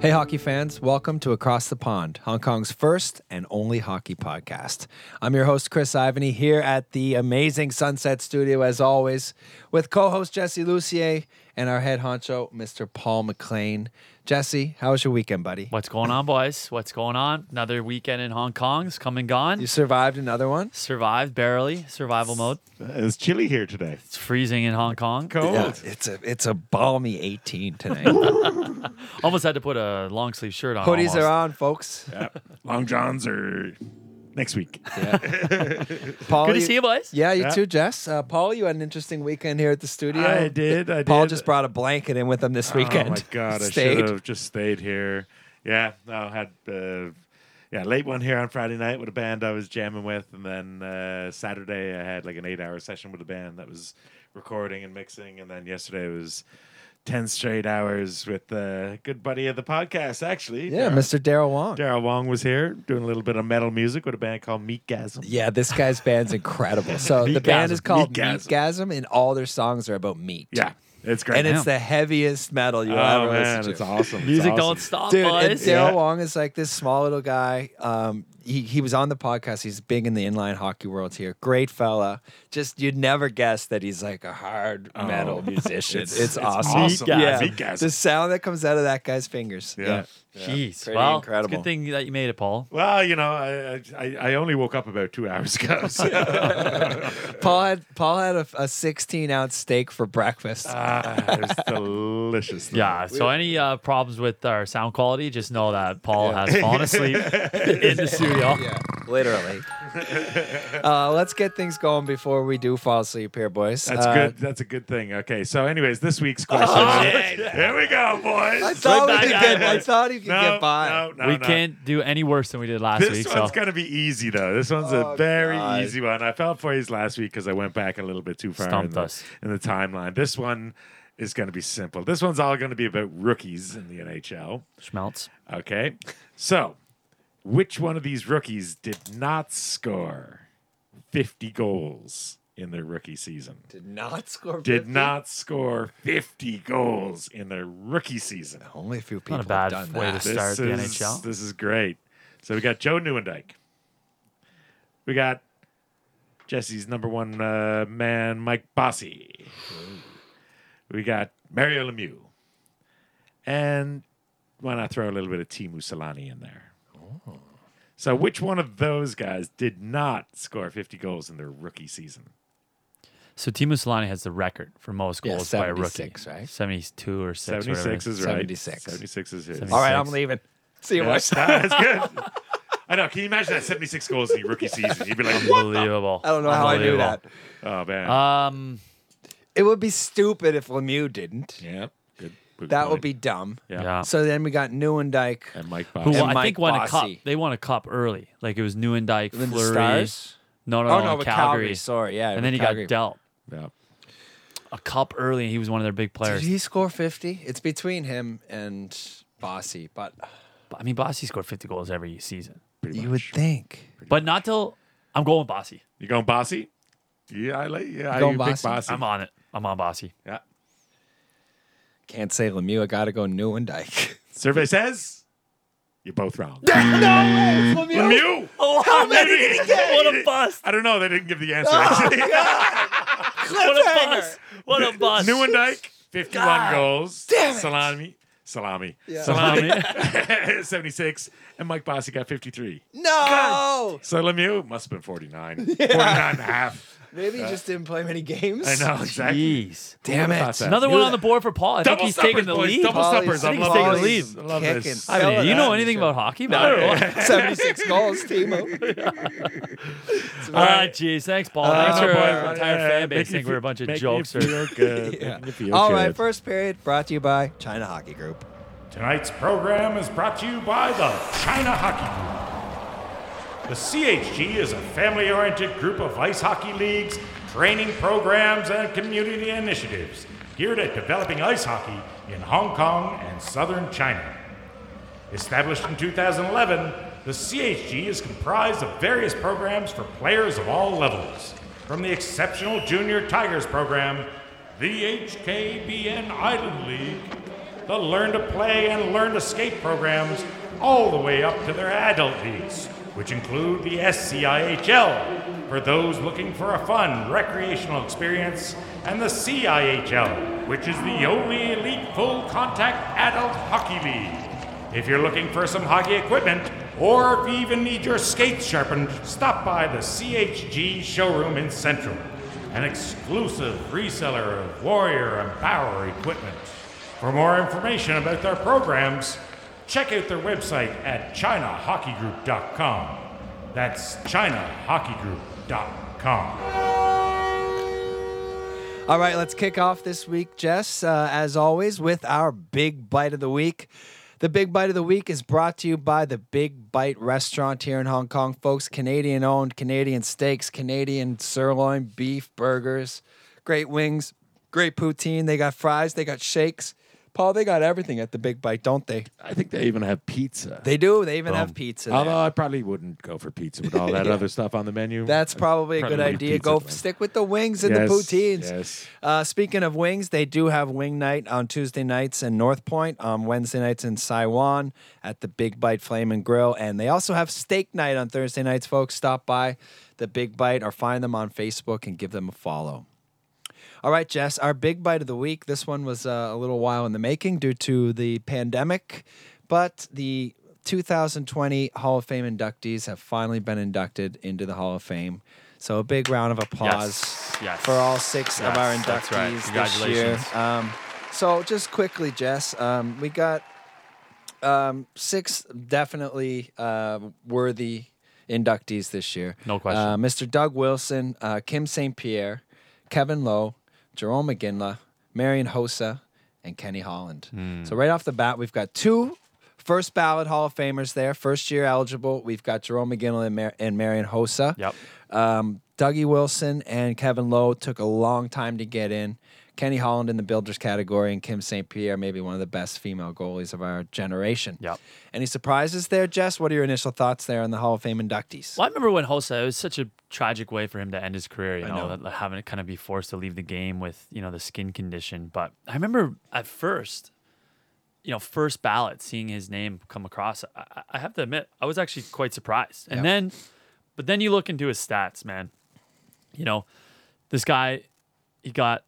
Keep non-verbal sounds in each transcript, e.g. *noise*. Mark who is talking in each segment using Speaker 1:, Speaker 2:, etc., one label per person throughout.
Speaker 1: Hey, hockey fans, welcome to Across the Pond, Hong Kong's first and only hockey podcast. I'm your host, Chris Ivany, here at the amazing Sunset Studio, as always, with co host Jesse Lucier and our head honcho, Mr. Paul McLean. Jesse, how was your weekend, buddy?
Speaker 2: What's going on, boys? What's going on? Another weekend in Hong Kong's come and gone.
Speaker 1: You survived another one?
Speaker 2: Survived barely, survival mode.
Speaker 3: Uh, It's chilly here today.
Speaker 2: It's freezing in Hong Kong.
Speaker 3: Cold.
Speaker 1: It's a it's a balmy 18
Speaker 3: *laughs*
Speaker 1: tonight.
Speaker 2: Almost had to put a long sleeve shirt on.
Speaker 1: Hoodies are
Speaker 2: almost.
Speaker 1: on, folks.
Speaker 3: Long Johns are next week.
Speaker 1: Paul,
Speaker 2: Good to see you, boys.
Speaker 1: Yeah, you
Speaker 3: Yeah.
Speaker 1: too, Jess. Uh, Paul, you had an interesting weekend here at the studio. *laughs*
Speaker 3: I did. I
Speaker 1: Paul
Speaker 3: did.
Speaker 1: just brought a blanket in with him this weekend.
Speaker 3: Oh my god!
Speaker 1: *laughs*
Speaker 3: I
Speaker 1: Stayed.
Speaker 3: should have just stayed here. Yeah, I had uh, yeah late one here on Friday night with a band I was jamming with, and then uh, Saturday I had like an eight-hour session with a band that was recording and mixing, and then yesterday was ten straight hours with a good buddy of the podcast, actually.
Speaker 1: Yeah, Mr. Daryl Wong.
Speaker 3: Daryl Wong was here doing a little bit of metal music with a band called Meatgasm.
Speaker 1: Yeah, this guy's band's
Speaker 3: *laughs*
Speaker 1: incredible. So the band is
Speaker 3: Meatgasm,
Speaker 1: called
Speaker 3: Meatgasm.
Speaker 1: Meatgasm, and all their songs are about meat.
Speaker 3: Yeah, it's great.
Speaker 1: and it's the heaviest metal you'll
Speaker 3: oh
Speaker 1: ever
Speaker 3: man,
Speaker 1: listen
Speaker 3: it's
Speaker 1: to.
Speaker 3: awesome. It's
Speaker 2: Music
Speaker 3: awesome.
Speaker 2: don't
Speaker 1: *laughs*
Speaker 2: stop,
Speaker 1: Dude, and
Speaker 2: boys.
Speaker 1: Daryl Wong is like this small little guy. Um, he, he was on the podcast. He's big in the inline hockey world here. Great fella. Just you'd never guess that he's like a hard
Speaker 3: Oh. *laughs*
Speaker 1: metal musician. It's, awesome.
Speaker 3: awesome.
Speaker 1: Yeah,
Speaker 3: Meatgasm.
Speaker 1: the sound that comes out of that guy's fingers.
Speaker 3: Yeah.
Speaker 2: Jeez.
Speaker 1: Pretty
Speaker 2: well, It's a
Speaker 1: incredible.
Speaker 2: good thing that you made it, Paul.
Speaker 3: Well, you know, I, I I only woke up about two hours ago. *laughs* So,
Speaker 1: *laughs* Paul had Paul had a, a 16 ounce steak for breakfast.
Speaker 3: ah, it was delicious. though.
Speaker 2: Yeah. So any uh, problems with our sound quality, just know that Paul has
Speaker 1: *laughs*
Speaker 2: fallen asleep in the studio.
Speaker 1: yeah,
Speaker 2: *laughs*
Speaker 1: literally. uh, let's get things going before we do fall asleep here, boys.
Speaker 3: that's
Speaker 1: Uh, Oh,
Speaker 3: good. That's a good thing. Okay, so anyways, this week's question. Here we go, boys.
Speaker 1: I thought
Speaker 2: Right
Speaker 1: we could
Speaker 2: back
Speaker 1: get.
Speaker 2: at
Speaker 1: I
Speaker 2: it.
Speaker 1: thought he could
Speaker 3: no,
Speaker 1: get by.
Speaker 3: No, no,
Speaker 2: we
Speaker 3: no.
Speaker 2: can't do any worse than we did last
Speaker 3: This
Speaker 2: week.
Speaker 3: one's
Speaker 2: So
Speaker 3: gonna be easy though. This one's
Speaker 1: Oh,
Speaker 3: a very
Speaker 1: God.
Speaker 3: easy one. I fell for his last week because I went back a little bit too far in
Speaker 2: Stumped
Speaker 3: the,
Speaker 2: us.
Speaker 3: in the timeline. This one is gonna be simple. This one's all gonna be about rookies in the NHL.
Speaker 2: schmelts.
Speaker 3: Okay. So, which one of these rookies did not score 50 goals in their rookie season?
Speaker 1: Did not score.
Speaker 3: Did
Speaker 1: 50?
Speaker 3: not score 50 goals in their rookie season.
Speaker 1: Only a few people
Speaker 2: Not a
Speaker 1: have
Speaker 2: bad
Speaker 1: done
Speaker 2: way to
Speaker 1: that.
Speaker 2: start. Star at the
Speaker 3: is,
Speaker 2: NHL.
Speaker 3: This is great. So, we got Joe Newendike. We got Jesse's number one uh, man, Mike Bossy. We got Mario Lemieux. And why not throw a little bit of Timu Solani in there? So, which one of those guys did not score 50 goals in their rookie season?
Speaker 2: So Timo Solani has the record for most
Speaker 1: Yeah,
Speaker 2: goals by a rookie.
Speaker 1: 76, right?
Speaker 2: 72 or 6. whatever it
Speaker 3: 76 is right.
Speaker 1: 76.
Speaker 3: 76 is his.
Speaker 1: All right, I'm
Speaker 2: 76.
Speaker 1: leaving. See you,
Speaker 3: Yeah,
Speaker 1: boys.
Speaker 3: That's good. I know. Can you imagine that 76 goals in your rookie season? You'd be like, what?
Speaker 2: Unbelievable.
Speaker 1: I don't know how I knew that.
Speaker 3: Oh, man.
Speaker 2: Um,
Speaker 1: It would be stupid if Lemieux didn't.
Speaker 3: yeah. Good. good
Speaker 1: That would
Speaker 3: point.
Speaker 1: be dumb.
Speaker 3: Yeah.
Speaker 2: Yeah.
Speaker 1: So then we got Newendike.
Speaker 3: And Mike
Speaker 2: who
Speaker 3: Bossy.
Speaker 1: And
Speaker 2: won- I
Speaker 1: Mike
Speaker 2: think won a
Speaker 1: Bossy.
Speaker 2: cup. They won a cup early. Like it was Newendike,
Speaker 1: Then the
Speaker 2: Fleury.
Speaker 1: Stars?
Speaker 2: No, no,
Speaker 1: Oh,
Speaker 2: no,
Speaker 1: no, with
Speaker 2: Calgary.
Speaker 1: Calgary, sorry, yeah, with
Speaker 2: And then he
Speaker 1: Calgary.
Speaker 2: got dealt
Speaker 3: Yeah.
Speaker 2: a cup early, and he was one of their big
Speaker 1: Did
Speaker 2: players.
Speaker 1: he score 50? It's between him and Bossy, but
Speaker 2: But, I mean, Bossy scored 50 goals every season,
Speaker 3: Pretty
Speaker 1: you
Speaker 3: much.
Speaker 1: would think.
Speaker 2: but not till I'm going with Bossy.
Speaker 3: You going bossy? Yeah, I like. Yeah, I
Speaker 1: Going
Speaker 3: pick
Speaker 1: Bossy?
Speaker 3: bossy.
Speaker 2: I'm on it. I'm
Speaker 1: *laughs*
Speaker 2: on Bossy.
Speaker 3: yeah.
Speaker 1: Can't say Lemieux. I got to go Newendike.
Speaker 3: Survey says you're both wrong.
Speaker 1: no, it's
Speaker 3: Lemieux.
Speaker 2: Oh, how many
Speaker 3: did he *laughs* get?
Speaker 2: What *laughs* a bust!
Speaker 3: I don't know. They didn't give the answer. Actually,
Speaker 2: What a bust! What a
Speaker 3: *laughs*
Speaker 2: bust! *laughs*
Speaker 3: Newendike, 51
Speaker 2: God
Speaker 3: goals.
Speaker 1: damn it.
Speaker 3: Salami. Salami.
Speaker 2: Salami.
Speaker 3: *laughs* 76. And Mike Bossy got 53.
Speaker 1: No!
Speaker 3: So Lemieux must have been 49. 49 and a half.
Speaker 1: Maybe he just didn't play many games.
Speaker 3: I know, exactly.
Speaker 2: Jeez.
Speaker 1: Damn
Speaker 3: Who
Speaker 1: it.
Speaker 3: thought that?
Speaker 2: Another
Speaker 1: Knew
Speaker 2: one on
Speaker 1: that.
Speaker 2: the board for Paul. I think
Speaker 3: Double
Speaker 2: he's
Speaker 3: suppers,
Speaker 2: taking the
Speaker 3: boys.
Speaker 2: lead.
Speaker 3: Double
Speaker 1: Paulie's-
Speaker 3: suppers. I
Speaker 2: I think
Speaker 3: love
Speaker 2: he's taking the
Speaker 3: this.
Speaker 1: lead.
Speaker 3: I love
Speaker 1: Kicking.
Speaker 3: this.
Speaker 2: I mean,
Speaker 1: Fella,
Speaker 2: you know
Speaker 1: that is
Speaker 2: anything about hockey, man? I don't
Speaker 1: *laughs*
Speaker 2: *laughs* know.
Speaker 1: 76 goals,
Speaker 3: *laughs*
Speaker 1: Timo.
Speaker 2: All right, Uh, geez. Thanks, Paul.
Speaker 1: Uh,
Speaker 2: Thanks
Speaker 3: Oh,
Speaker 2: for
Speaker 3: boy.
Speaker 2: our entire
Speaker 3: Yeah,
Speaker 2: fan base.
Speaker 3: making
Speaker 2: Think
Speaker 3: you
Speaker 2: we're
Speaker 3: feel-
Speaker 2: a bunch of
Speaker 3: making you
Speaker 2: jokes. or- *laughs*
Speaker 3: feel good, making you feel
Speaker 1: All right,
Speaker 3: good.
Speaker 1: first period brought to you by China Hockey Group.
Speaker 4: Tonight's program is brought to you by the China Hockey Group. The CHG is a family oriented group of ice hockey leagues, training programs, and community initiatives geared at developing ice hockey in Hong Kong and southern China. Established in 2011, the CHG is comprised of various programs for players of all levels, from the exceptional Junior Tigers program, the HKBN Island League,
Speaker 3: the Learn to Play and Learn to Skate programs, all the way up to their adult leagues, which include the SCIHL for those looking for a fun recreational experience, and the CIHL, which is the only elite full contact adult hockey league. If you're looking for some hockey equipment, or if you even need your skates sharpened, stop by the CHG showroom in Central, an exclusive reseller of Warrior and Bauer equipment. For more information about their programs, check out their website at ChinaHockeyGroup.com. That's ChinaHockeyGroup.com.
Speaker 1: All right, let's kick off this week, Jess, uh, as always, with our Big Bite of the Week. The Big Bite of the Week is brought to you by the Big Bite restaurant here in Hong Kong, folks. Canadian owned, Canadian steaks, Canadian sirloin, beef, burgers, great wings, great poutine. They got fries, they got shakes. Paul, they got everything at the Big Bite, don't they?
Speaker 5: I think they even have pizza.
Speaker 1: They do. They even
Speaker 5: Um,
Speaker 1: have pizza. there.
Speaker 5: Although I probably wouldn't go for pizza with
Speaker 1: *laughs*
Speaker 5: all that other stuff on the menu.
Speaker 1: That's probably a
Speaker 5: probably
Speaker 1: good
Speaker 5: leave
Speaker 1: idea.
Speaker 5: pizza
Speaker 1: Go
Speaker 5: to them.
Speaker 1: stick with the wings and
Speaker 5: Yes,
Speaker 1: the poutines.
Speaker 5: yes.
Speaker 1: Uh, speaking of wings, they do have wing night on Tuesday nights in North Point, on Wednesday nights in Saiwan at the Big Bite Flame and Grill, and they also have steak night on Thursday nights. Folks, stop by the Big Bite or find them on Facebook and give them a follow. All right, Jess, our big bite of the week. This one was uh, a little while in the making due to the pandemic, but the 2020 Hall of Fame inductees have finally been inducted into the Hall of Fame. So a big round of applause
Speaker 2: Yes, yes.
Speaker 1: for all six of
Speaker 2: Yes,
Speaker 1: our
Speaker 2: that's
Speaker 1: inductees
Speaker 2: right.
Speaker 1: this year.
Speaker 2: Congratulations.
Speaker 1: Um, so just quickly, Jess, um, we got um, six definitely uh, worthy inductees this year.
Speaker 2: No question.
Speaker 1: Uh, Mr. Doug Wilson, uh, Kim St. Pierre, Kevin Lowe, Jerome McGinley, Marion Hosa, and Kenny Holland.
Speaker 2: Hmm.
Speaker 1: So right off the bat, we've got two first ballot Hall of Famers there, first year eligible. We've got Jerome McGinley and, Mar- and Marion Hosa.
Speaker 2: Yep.
Speaker 1: Um, Dougie Wilson and Kevin Lowe took a long time to get in. Kenny Holland in the builders category and Kim St. Pierre, maybe one of the best female goalies of our generation.
Speaker 2: Yep.
Speaker 1: Any surprises there, Jess? What are your initial thoughts there on the Hall of Fame inductees?
Speaker 2: Well, I remember when Hosa, it was such a tragic way for him to end his career, you know,
Speaker 1: know.
Speaker 2: That, having to kind of be forced to leave the game with, you know, the skin condition. But I remember at first, you know, first ballot, seeing his name come across, I- I, I have to admit, I was actually quite surprised. And
Speaker 1: Yeah.
Speaker 2: then, but then you look into his stats, man. You know, this guy, he got,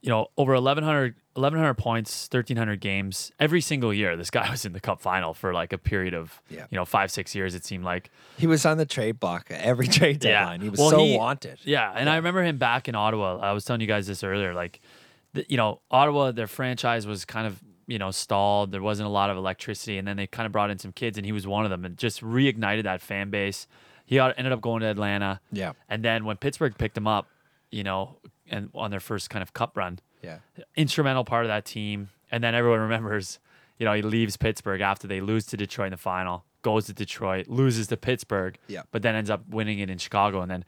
Speaker 2: you know, over 1,100, 1100 points, 1,300 games every single year. This guy *laughs* was in the cup final for like a period of,
Speaker 1: Yeah.
Speaker 2: you know, five, six years, it seemed like.
Speaker 1: He was on the trade block
Speaker 2: *laughs*
Speaker 1: every trade deadline. He was
Speaker 2: Well,
Speaker 1: so wanted.
Speaker 2: Yeah, and I remember him back in Ottawa. I was telling you guys this earlier. Like, th- you know, Ottawa, their franchise was kind of you know stalled. There wasn't a lot of electricity, and then they kind of brought in some kids, and he was one of them, and just reignited that fan base. He out- ended up going to Atlanta.
Speaker 1: Yeah.
Speaker 2: and then when Pittsburgh picked him up, you know, and on their first kind of cup run,
Speaker 1: Yeah.
Speaker 2: instrumental part of that team. And then everyone *laughs* remembers, you know, he leaves Pittsburgh after they lose to Detroit in the final, goes to Detroit, loses to Pittsburgh,
Speaker 1: Yeah.
Speaker 2: but then ends up winning it in Chicago and then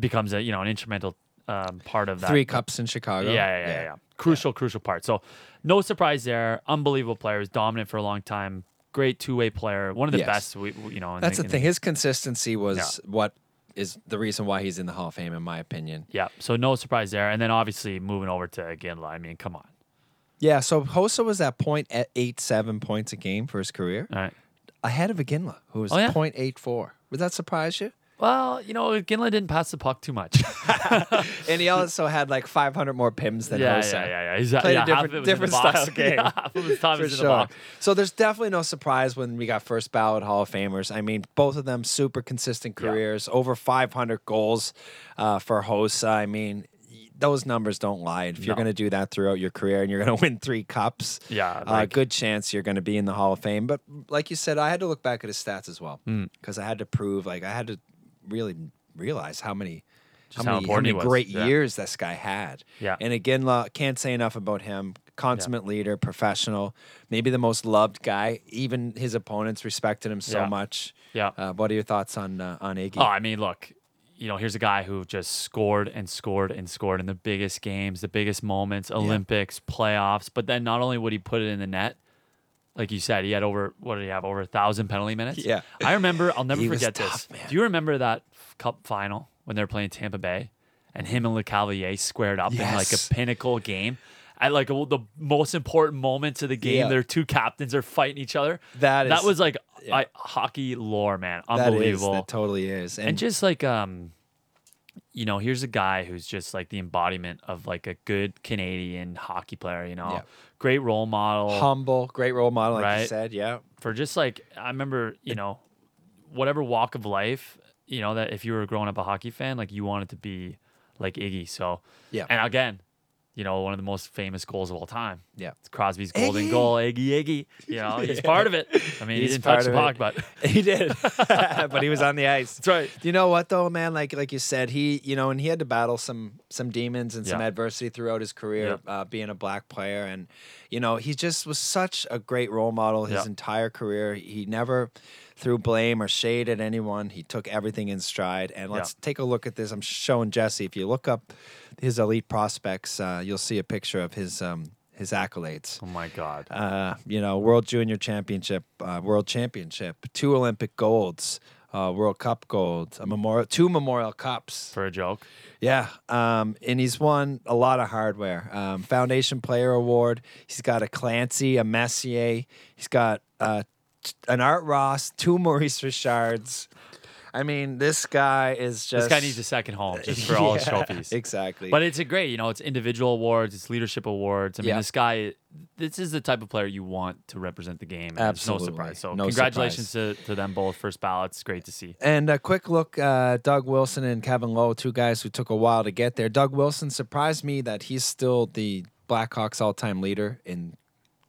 Speaker 2: becomes a, you know, an instrumental um, part of that.
Speaker 1: Three cups in Chicago.
Speaker 2: Yeah, yeah, yeah, yeah, yeah. Crucial, crucial part. So no surprise there. Unbelievable player. Was dominant for a long time. Great two way player. One of the
Speaker 1: Yes.
Speaker 2: best. We, we- you know, in
Speaker 1: That's the
Speaker 2: in
Speaker 1: thing. His consistency was what is the reason why he's in the Hall of Fame, in my opinion.
Speaker 2: Yeah. So no surprise there. And then obviously moving over to Ginla. I mean, come on.
Speaker 1: Yeah, so Hosa was at point at eight seven points a game for his career,
Speaker 2: All right.
Speaker 1: ahead of Aginla, who was
Speaker 2: Oh, yeah?
Speaker 1: 0.84. Would that surprise you?
Speaker 2: Well, you know, Ginla didn't pass the puck too much. *laughs*
Speaker 1: And he also had like 500 more pims than
Speaker 2: yeah,
Speaker 1: Hosa.
Speaker 2: yeah, yeah, yeah. He's, uh,
Speaker 1: Played a
Speaker 2: yeah, half
Speaker 1: different-
Speaker 2: of it was
Speaker 1: different
Speaker 2: in the box. *laughs*
Speaker 1: style game.
Speaker 2: Yeah, half of his time
Speaker 1: For
Speaker 2: was in
Speaker 1: sure.
Speaker 2: the box.
Speaker 1: So there's definitely no surprise when we got first ballot Hall of Famers. I mean, both of them super consistent careers, over 500 goals uh, for Hosa. I mean, y- those numbers don't lie. If you're
Speaker 2: No.
Speaker 1: going to do that throughout your career and you're going to *laughs* win three cups,
Speaker 2: Yeah,
Speaker 1: uh,
Speaker 2: like-
Speaker 1: good chance you're going to be in the Hall of Fame. But mm, like you said, I had to look back at his stats as well
Speaker 2: Hmm.
Speaker 1: because I had to prove, like, I had to really realize how many. How
Speaker 2: how
Speaker 1: many, how
Speaker 2: important he
Speaker 1: many
Speaker 2: was.
Speaker 1: great
Speaker 2: Yeah.
Speaker 1: years this guy had.
Speaker 2: Yeah.
Speaker 1: And again, La- can't say enough about him. Consummate leader, professional, maybe the most loved guy. Even his opponents respected him so
Speaker 2: Yeah.
Speaker 1: much.
Speaker 2: Yeah.
Speaker 1: Uh, what are your thoughts on uh, on Iggy?
Speaker 2: Oh, I mean, look, you know, here's a guy who just scored and scored and scored in the biggest games, the biggest moments, Olympics, playoffs. But then not only would he put it in the net, like you said, he had over what did he have over a thousand penalty minutes?
Speaker 1: Yeah.
Speaker 2: I remember.
Speaker 1: *laughs*
Speaker 2: I'll never
Speaker 1: He was
Speaker 2: forget
Speaker 1: tough,
Speaker 2: this.
Speaker 1: man.
Speaker 2: Do you remember that Cup final when they were playing Tampa Bay and him and LeCavalier squared up in like
Speaker 1: Yes.
Speaker 2: a pinnacle game? at like a, the most important moments of the game,
Speaker 1: Yeah.
Speaker 2: their two captains are fighting each other.
Speaker 1: That
Speaker 2: that
Speaker 1: is-
Speaker 2: was like I, hockey lore, man.
Speaker 1: That is.
Speaker 2: Unbelievable.
Speaker 1: That totally is. And,
Speaker 2: and just like um you know here's a guy who's just like the embodiment of like a good canadian hockey player you know
Speaker 1: Yeah.
Speaker 2: great role model
Speaker 1: humble, great role model, like you
Speaker 2: Right.
Speaker 1: said. Yeah.
Speaker 2: for just like i remember you know whatever walk of life you know that if you were growing up a hockey fan like you wanted to be like iggy so
Speaker 1: Yeah.
Speaker 2: and again you know one of the most famous goals of all time
Speaker 1: Yeah.
Speaker 2: it's crosby's golden
Speaker 1: Iggy!
Speaker 2: goal iggy iggy
Speaker 1: *laughs*
Speaker 2: you know he's part of it i mean
Speaker 1: He's
Speaker 2: he didn't
Speaker 1: part
Speaker 2: touch the puck
Speaker 1: of
Speaker 2: but
Speaker 1: *laughs* He did, but he was on the ice.
Speaker 2: That's right.
Speaker 1: You know what though, man? Like like you said, he you know, and he had to battle some some demons and some
Speaker 2: Yeah.
Speaker 1: adversity throughout his career,
Speaker 2: Yeah.
Speaker 1: uh, being a black player, and you know, he just was such a great role model his
Speaker 2: Yeah.
Speaker 1: entire career. He never threw blame or shade at anyone. He took everything in stride. And let's take a look at this. I'm showing Jesse. If you look up his elite prospects, uh, you'll see a picture of his um, his accolades
Speaker 2: oh my god
Speaker 1: uh, you know, World Junior Championship, uh, World Championship, two Olympic golds, uh, World Cup gold, a memorial, two Memorial Cups.
Speaker 2: for a joke
Speaker 1: Yeah, um, and he's won a lot of hardware. Um, Foundation Player Award. He's got a Clancy, a Messier. He's got uh, t- an Art Ross, two Maurice Richards. I mean, this guy is
Speaker 2: this
Speaker 1: just.
Speaker 2: guy needs a second home just
Speaker 1: *laughs*
Speaker 2: for all his
Speaker 1: Yeah,
Speaker 2: trophies
Speaker 1: Exactly.
Speaker 2: But it's a great, you know, it's individual awards, it's leadership awards. I mean,
Speaker 1: Yeah.
Speaker 2: this guy, this is the type of player you want to represent the game. and it's
Speaker 1: Absolutely.
Speaker 2: no surprise. So,
Speaker 1: No
Speaker 2: congratulations To, to them both. First ballots, great to see.
Speaker 1: And a quick look, uh, Doug Wilson and Kevin Lowe, two guys who took a while to get there. Doug Wilson surprised me that he's still the Blackhawks all-time leader in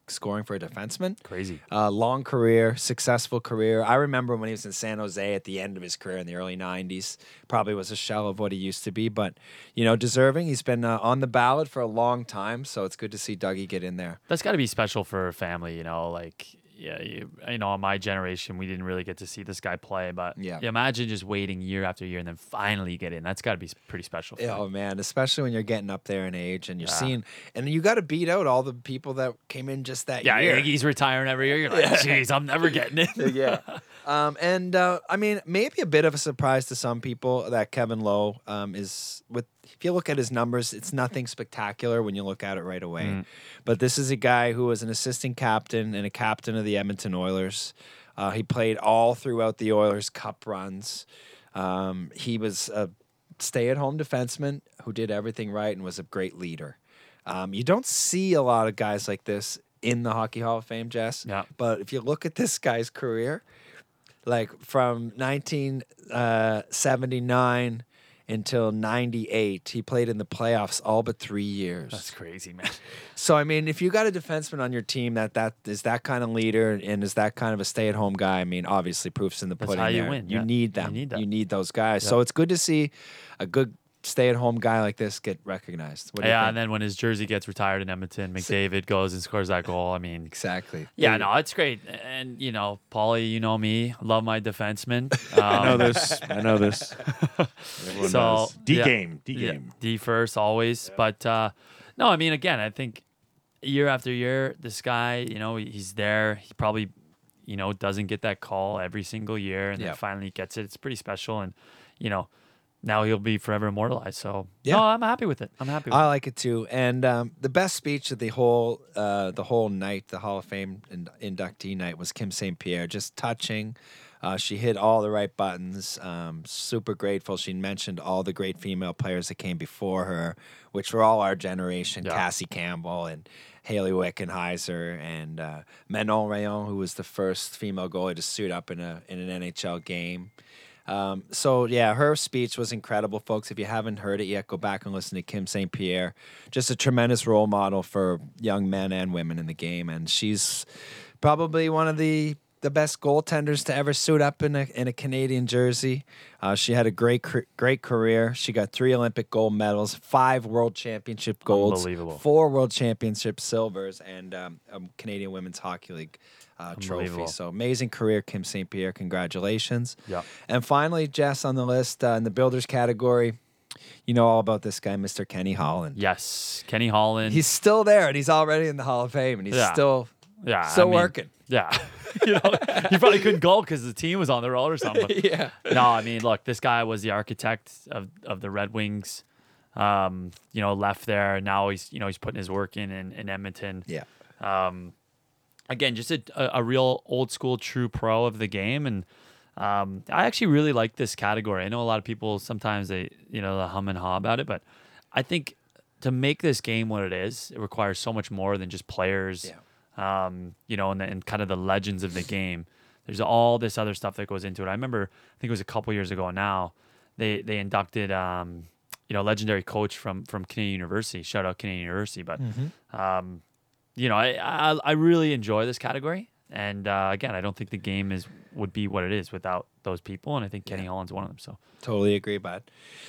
Speaker 1: scoring for a defenseman.
Speaker 2: Crazy.
Speaker 1: Uh, long career, successful career. I remember when he was in San Jose at the end of his career in the early 90s. Probably was a shell of what he used to be, but, you know, deserving. He's been uh, on the ballot for a long time, so it's good to see Dougie get in there.
Speaker 2: That's got to be special for a family, you know, like, yeah, you, you know, my generation, we didn't really get to see this guy play, but
Speaker 1: Yeah.
Speaker 2: you imagine just waiting year after year and then finally you get in. That's got to be s- pretty special. For
Speaker 1: Yeah,
Speaker 2: him.
Speaker 1: Oh man, especially when you're getting up there in age and you're seeing, and you got to beat out all the people that came in just that
Speaker 2: yeah,
Speaker 1: year.
Speaker 2: Iggy's retiring every year. You're like, jeez, I'm never getting in.
Speaker 1: *laughs* yeah. Um, and uh, I mean, maybe a bit of a surprise to some people that Kevin Lowe um, is with. If you look at his numbers, it's nothing spectacular when you look at it right away. But this is a guy who was an assistant captain and a captain of the Edmonton Oilers. Uh, he played all throughout the Oilers Cup runs. Um, he was a stay-at-home defenseman who did everything right and was a great leader. Um, you don't see a lot of guys like this in the Hockey Hall of Fame, Jess.
Speaker 2: Yeah.
Speaker 1: But if you look at this guy's career, like from 1979 until 98, he played in the playoffs all but three years.
Speaker 2: That's crazy, man.
Speaker 1: So I mean, if you got a defenseman on your team that that is that kind of leader and is that kind of a stay-at-home guy, I mean, obviously proofs in the pudding.
Speaker 2: how you
Speaker 1: there.
Speaker 2: win,
Speaker 1: You
Speaker 2: yeah.
Speaker 1: need
Speaker 2: You
Speaker 1: them.
Speaker 2: need that.
Speaker 1: those guys. So it's good to see a good stay-at-home guy like this get recognized. What do
Speaker 2: Yeah,
Speaker 1: you
Speaker 2: and
Speaker 1: think?
Speaker 2: then when his jersey gets retired in Edmonton, McDavid goes and scores that goal. I mean,
Speaker 1: exactly.
Speaker 2: yeah, no, it's great. And you know, Paulie, you know me, love my defenseman.
Speaker 5: I know
Speaker 2: Um,
Speaker 5: this. I
Speaker 1: *laughs*
Speaker 5: know this. Everyone
Speaker 2: so
Speaker 5: does. D
Speaker 2: yeah,
Speaker 5: game. D
Speaker 2: yeah,
Speaker 5: game.
Speaker 2: D first always. But uh, no, I mean, again, I think year after year, this guy, you know, he's there. He probably, you know, doesn't get that call every single year, and
Speaker 1: Yeah.
Speaker 2: then finally gets it. It's pretty special, and you know, now he'll be forever immortalized. So
Speaker 1: Yeah. Uh,
Speaker 2: no, I'm happy with it. I'm happy. with it.
Speaker 1: I like it too. And um, the best speech of the whole uh, the whole night, the Hall of Fame in- inductee night, was Kim St. Pierre. Just touching. Uh, she hit all the right buttons. Um, super grateful. She mentioned all the great female players that came before her, which were all our generation.
Speaker 2: Yeah.
Speaker 1: Cassie Campbell and Haley Wickenheiser and uh, Manon Rayon, who was the first female goalie to suit up in a in an NHL game. Um, so yeah, her speech was incredible, folks. If you haven't heard it yet, go back and listen to Kim St. Pierre. Just a tremendous role model for young men and women in the game, and she's probably one of the the best goaltenders to ever suit up in a in a Canadian jersey. Uh, she had a great cr- great career. She got three Olympic gold medals, five World Championship golds,
Speaker 2: Unbelievable.
Speaker 1: four World Championship silvers, and um, a Canadian Women's Hockey League uh, trophy.
Speaker 2: Unbelievable.
Speaker 1: So amazing career, Kim St. Pierre. Congratulations.
Speaker 2: Yeah.
Speaker 1: And finally, Jess on the list uh, in the builders category. You know all about this guy, Mr. Kenny Holland.
Speaker 2: yes, Kenny Holland.
Speaker 1: He's still there, and he's already in the Hall of Fame, and he's
Speaker 2: Yeah.
Speaker 1: still
Speaker 2: Yeah,
Speaker 1: still
Speaker 2: I mean,
Speaker 1: working.
Speaker 2: Yeah,
Speaker 1: *laughs*
Speaker 2: *laughs* you know, he probably couldn't go because the team was on the road or something.
Speaker 1: *laughs* Yeah.
Speaker 2: No, I mean, look, this guy was the architect of of the Red Wings. um, you know, left there. And now he's, you know, he's putting his work in in, in Edmonton.
Speaker 1: Yeah.
Speaker 2: Again, just a, a, a real old school true pro of the game. And um, I actually really like this category. I know a lot of people sometimes they, you know, they hum and haw about it, but I think to make this game what it is, it requires so much more than just players
Speaker 1: Yeah.
Speaker 2: um, you know, and, the, and kind of the legends of the game. There's all this other stuff that goes into it. I remember, I think it was a couple years ago now, they they inducted, um, you know, legendary coach from from Canadian University. Shout out Canadian University, but, um, you know, I, I I really enjoy this category. And uh, again, I don't think the game is would be what it is without those people. And I think Kenny Holland's one of them. So
Speaker 1: Totally agree, bud.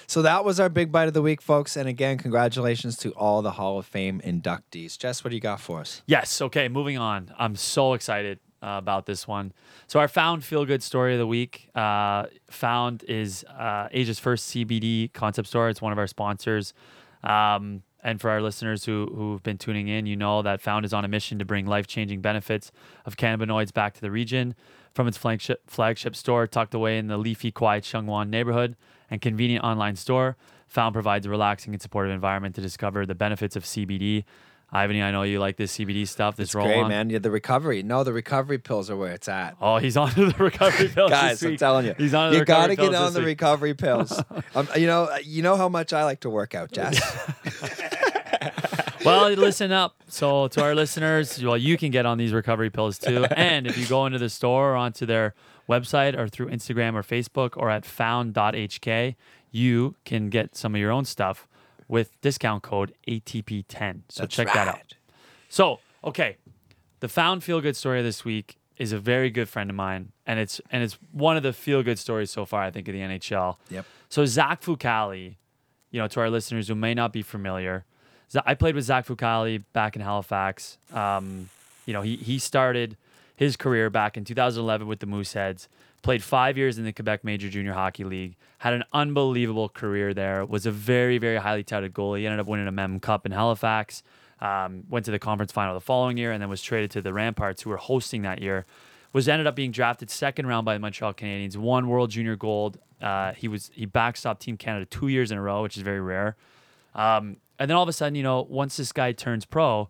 Speaker 1: So that was our big bite of the week, folks. And again, congratulations to all the Hall of Fame inductees. Jess, what do you got for us?
Speaker 2: Yes. Okay. Moving on. I'm so excited uh, about this one. So our found feel good story of the week. Uh, found is uh, Asia's first CBD concept store. It's one of our sponsors. Um, and for our listeners who who've been tuning in, you know that Found is on a mission to bring life changing benefits of cannabinoids back to the region. From its flagship flagship store tucked away in the leafy, quiet Shangwan neighborhood, and convenient online store, Found provides a relaxing and supportive environment to discover the benefits of CBD. Ivany, I know you like this CBD stuff. This roll
Speaker 1: Great,
Speaker 2: on.
Speaker 1: man. Yeah, the recovery. No, the recovery pills are where it's at.
Speaker 2: *laughs* Oh, he's on to the recovery pills. Oh, this
Speaker 1: Guys, I'm
Speaker 2: week.
Speaker 1: telling you,
Speaker 2: he's on. To the
Speaker 1: you gotta
Speaker 2: recovery pills
Speaker 1: get on
Speaker 2: this
Speaker 1: the
Speaker 2: week.
Speaker 1: recovery
Speaker 2: *laughs*
Speaker 1: pills. um, you know, you know how much I like to work out, Jess.
Speaker 2: *laughs* well, listen up. So to our listeners, well, you can get on these recovery
Speaker 1: *laughs*
Speaker 2: pills too. And if you go into the store or onto their website or through Instagram or Facebook or at found.hk, you can get some of your own stuff with discount code ATP10. So
Speaker 1: That's
Speaker 2: check that out.
Speaker 1: right.
Speaker 2: So, okay. The found feel good story this week is a very good friend of mine, and it's and it's one of the feel good stories so far, I think, of the NHL.
Speaker 1: Yep.
Speaker 2: So Zach Fucali, you know, to our listeners who may not be familiar, Z- I played with Zach Fucali back in Halifax. Um, you know, he he started his career back in 2011 with the Mooseheads. Played five years in the Quebec Major Junior Hockey League. Had an unbelievable career there. Was a very very highly touted goalie. Ended up winning a Mem Cup in Halifax. Um, went to the conference final the following year, and then was traded to the Ramparts, who were hosting that year was ended up being drafted second round by the Montreal Canadiens, won World Junior Gold. Uh, he was he backstopped Team Canada two years in a row, which is very rare. Um, and then all of a sudden, you know, once this guy turns pro,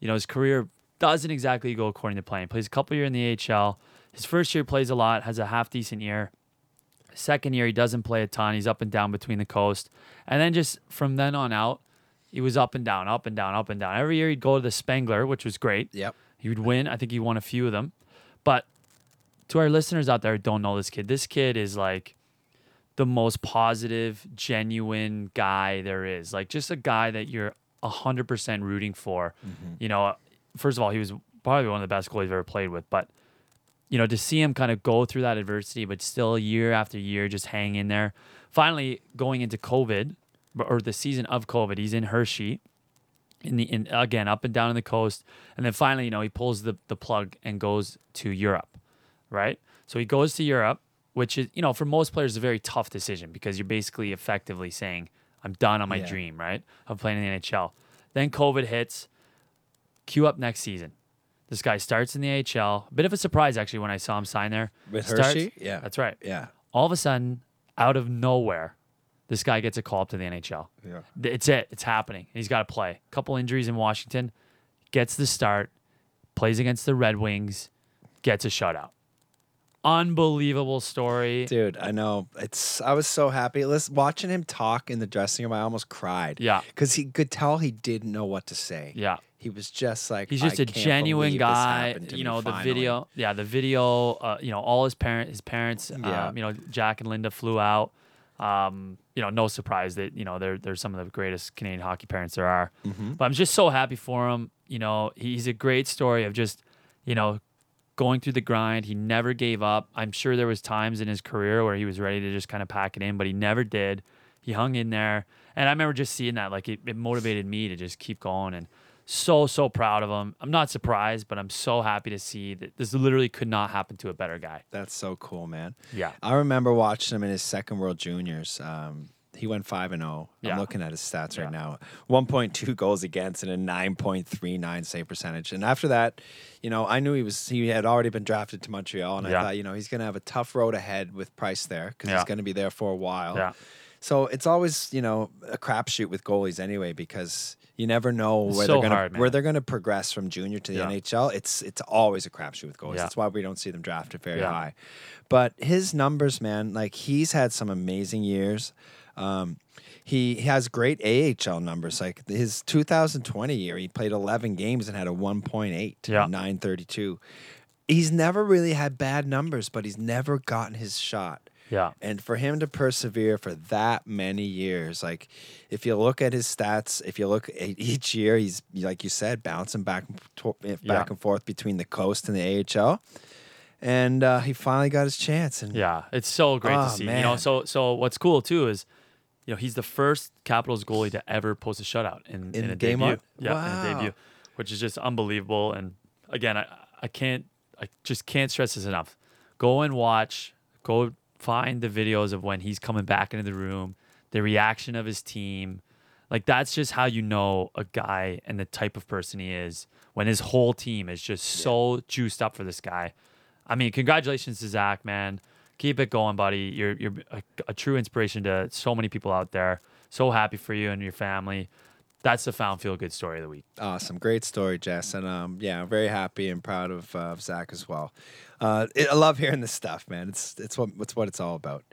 Speaker 2: you know, his career doesn't exactly go according to plan. He plays a couple year in the AHL. His first year plays a lot, has a half decent year. Second year, he doesn't play a ton. He's up and down between the coast. And then just from then on out, he was up and down, up and down, up and down. Every year he'd go to the Spengler, which was great.
Speaker 1: Yep.
Speaker 2: He would win. I think he won a few of them. But to our listeners out there who don't know this kid, this kid is like the most positive, genuine guy there is. Like just a guy that you're 100% rooting for. You know, first of all, he was probably one of the best goalies I've ever played with, but you know, to see him kind of go through that adversity, but still year after year, just hang in there. Finally, going into COVID or the season of COVID, he's in Hershey, in the in again up and down in the coast, and then finally, you know, he pulls the the plug and goes to Europe, right? So he goes to Europe, which is you know for most players a very tough decision because you're basically effectively saying I'm done on my
Speaker 1: Yeah.
Speaker 2: dream, right, of playing in the NHL. Then COVID hits, queue up next season. This guy starts in the AHL. Bit of a surprise actually when I saw him sign there.
Speaker 1: With
Speaker 2: Starts-
Speaker 1: Hershey? Yeah.
Speaker 2: That's right.
Speaker 1: Yeah.
Speaker 2: All of a sudden, out of nowhere, this guy gets a call up to the NHL.
Speaker 1: Yeah.
Speaker 2: Th- It's it. It's happening. He's got to play. Couple injuries in Washington, gets the start, plays against the Red Wings, gets a shutout. Unbelievable story.
Speaker 1: Dude, I know. It's I was so happy. Listen, watching him talk in the dressing room, I almost cried.
Speaker 2: Yeah.
Speaker 1: Because he could tell he didn't know what to say.
Speaker 2: Yeah.
Speaker 1: He was just like
Speaker 2: He's
Speaker 1: "I
Speaker 2: just a
Speaker 1: can't
Speaker 2: genuine
Speaker 1: believe this
Speaker 2: guy.
Speaker 1: happened to
Speaker 2: You
Speaker 1: me
Speaker 2: know, the
Speaker 1: finally."
Speaker 2: video. Yeah, the video. Uh, you know, all his parent, his parents.
Speaker 1: Yeah.
Speaker 2: Um, you know, Jack and Linda flew out. Um, you know, no surprise that you know they're they're some of the greatest Canadian hockey parents there are.
Speaker 1: Mm-hmm.
Speaker 2: But I'm just so happy for him. You know, he's a great story of just you know going through the grind. He never gave up. I'm sure there was times in his career where he was ready to just kind of pack it in, but he never did. He hung in there. And I remember just seeing that. Like it, it motivated me to just keep going and so, so proud of him. I'm not surprised, but I'm so happy to see that this literally could not happen to a better guy.
Speaker 1: That's so cool, man.
Speaker 2: Yeah.
Speaker 1: I remember watching him in his second World Juniors. Um, he went five and zero.
Speaker 2: Yeah.
Speaker 1: I'm looking at his stats
Speaker 2: Yeah.
Speaker 1: right now: one point two *laughs* goals against and a nine point three nine save percentage. And after that, you know, I knew he was he had already been drafted to Montreal, and
Speaker 2: Yeah.
Speaker 1: I thought, you know, he's going to have a tough road ahead with Price there because
Speaker 2: Yeah.
Speaker 1: he's going to be there for a while.
Speaker 2: Yeah.
Speaker 1: So it's always you know a crapshoot with goalies anyway because you never know where
Speaker 2: so
Speaker 1: they're gonna
Speaker 2: hard, man.
Speaker 1: where they're gonna progress from junior to the
Speaker 2: Yeah.
Speaker 1: NHL. It's it's always a crapshoot with goalies.
Speaker 2: Yeah.
Speaker 1: That's why we don't see them drafted very
Speaker 2: Yeah.
Speaker 1: high. But his numbers, man, like he's had some amazing years. Um, he he has great AHL numbers. Like his 2020 year, he played 11 games and had a 1.8,
Speaker 2: Yeah.
Speaker 1: 932. He's never really had bad numbers, but he's never gotten his shot.
Speaker 2: Yeah.
Speaker 1: And for him to persevere for that many years, like if you look at his stats, if you look at each year, he's like you said, bouncing back and to- back
Speaker 2: Yeah.
Speaker 1: and forth between the coast and the AHL, and uh, he finally got his chance. And
Speaker 2: Yeah, it's so great
Speaker 1: Oh,
Speaker 2: to see. You know,
Speaker 1: man.
Speaker 2: so so what's cool too is, you know, he's the first Capitals goalie to ever post a shutout in in,
Speaker 1: In
Speaker 2: a
Speaker 1: game
Speaker 2: debut.
Speaker 1: on?
Speaker 2: Yeah, in a
Speaker 1: Wow.
Speaker 2: debut, which is just unbelievable. And again, I I can't I just can't stress this enough. Go and watch. Go find the videos of when he's coming back into the room, the reaction of his team. Like that's just how you know a guy and the type of person he is when his whole team is just so juiced up for this guy. I mean, congratulations to Zach, man. Keep it going, buddy. You're you're a, a true inspiration to so many people out there. So happy for you and your family. That's the found feel good story of the week.
Speaker 1: Awesome, great story, Jess, and um, yeah, I'm very happy and proud of, uh, of Zach as well. Uh, it, I love hearing this stuff, man. It's it's what it's what it's all about.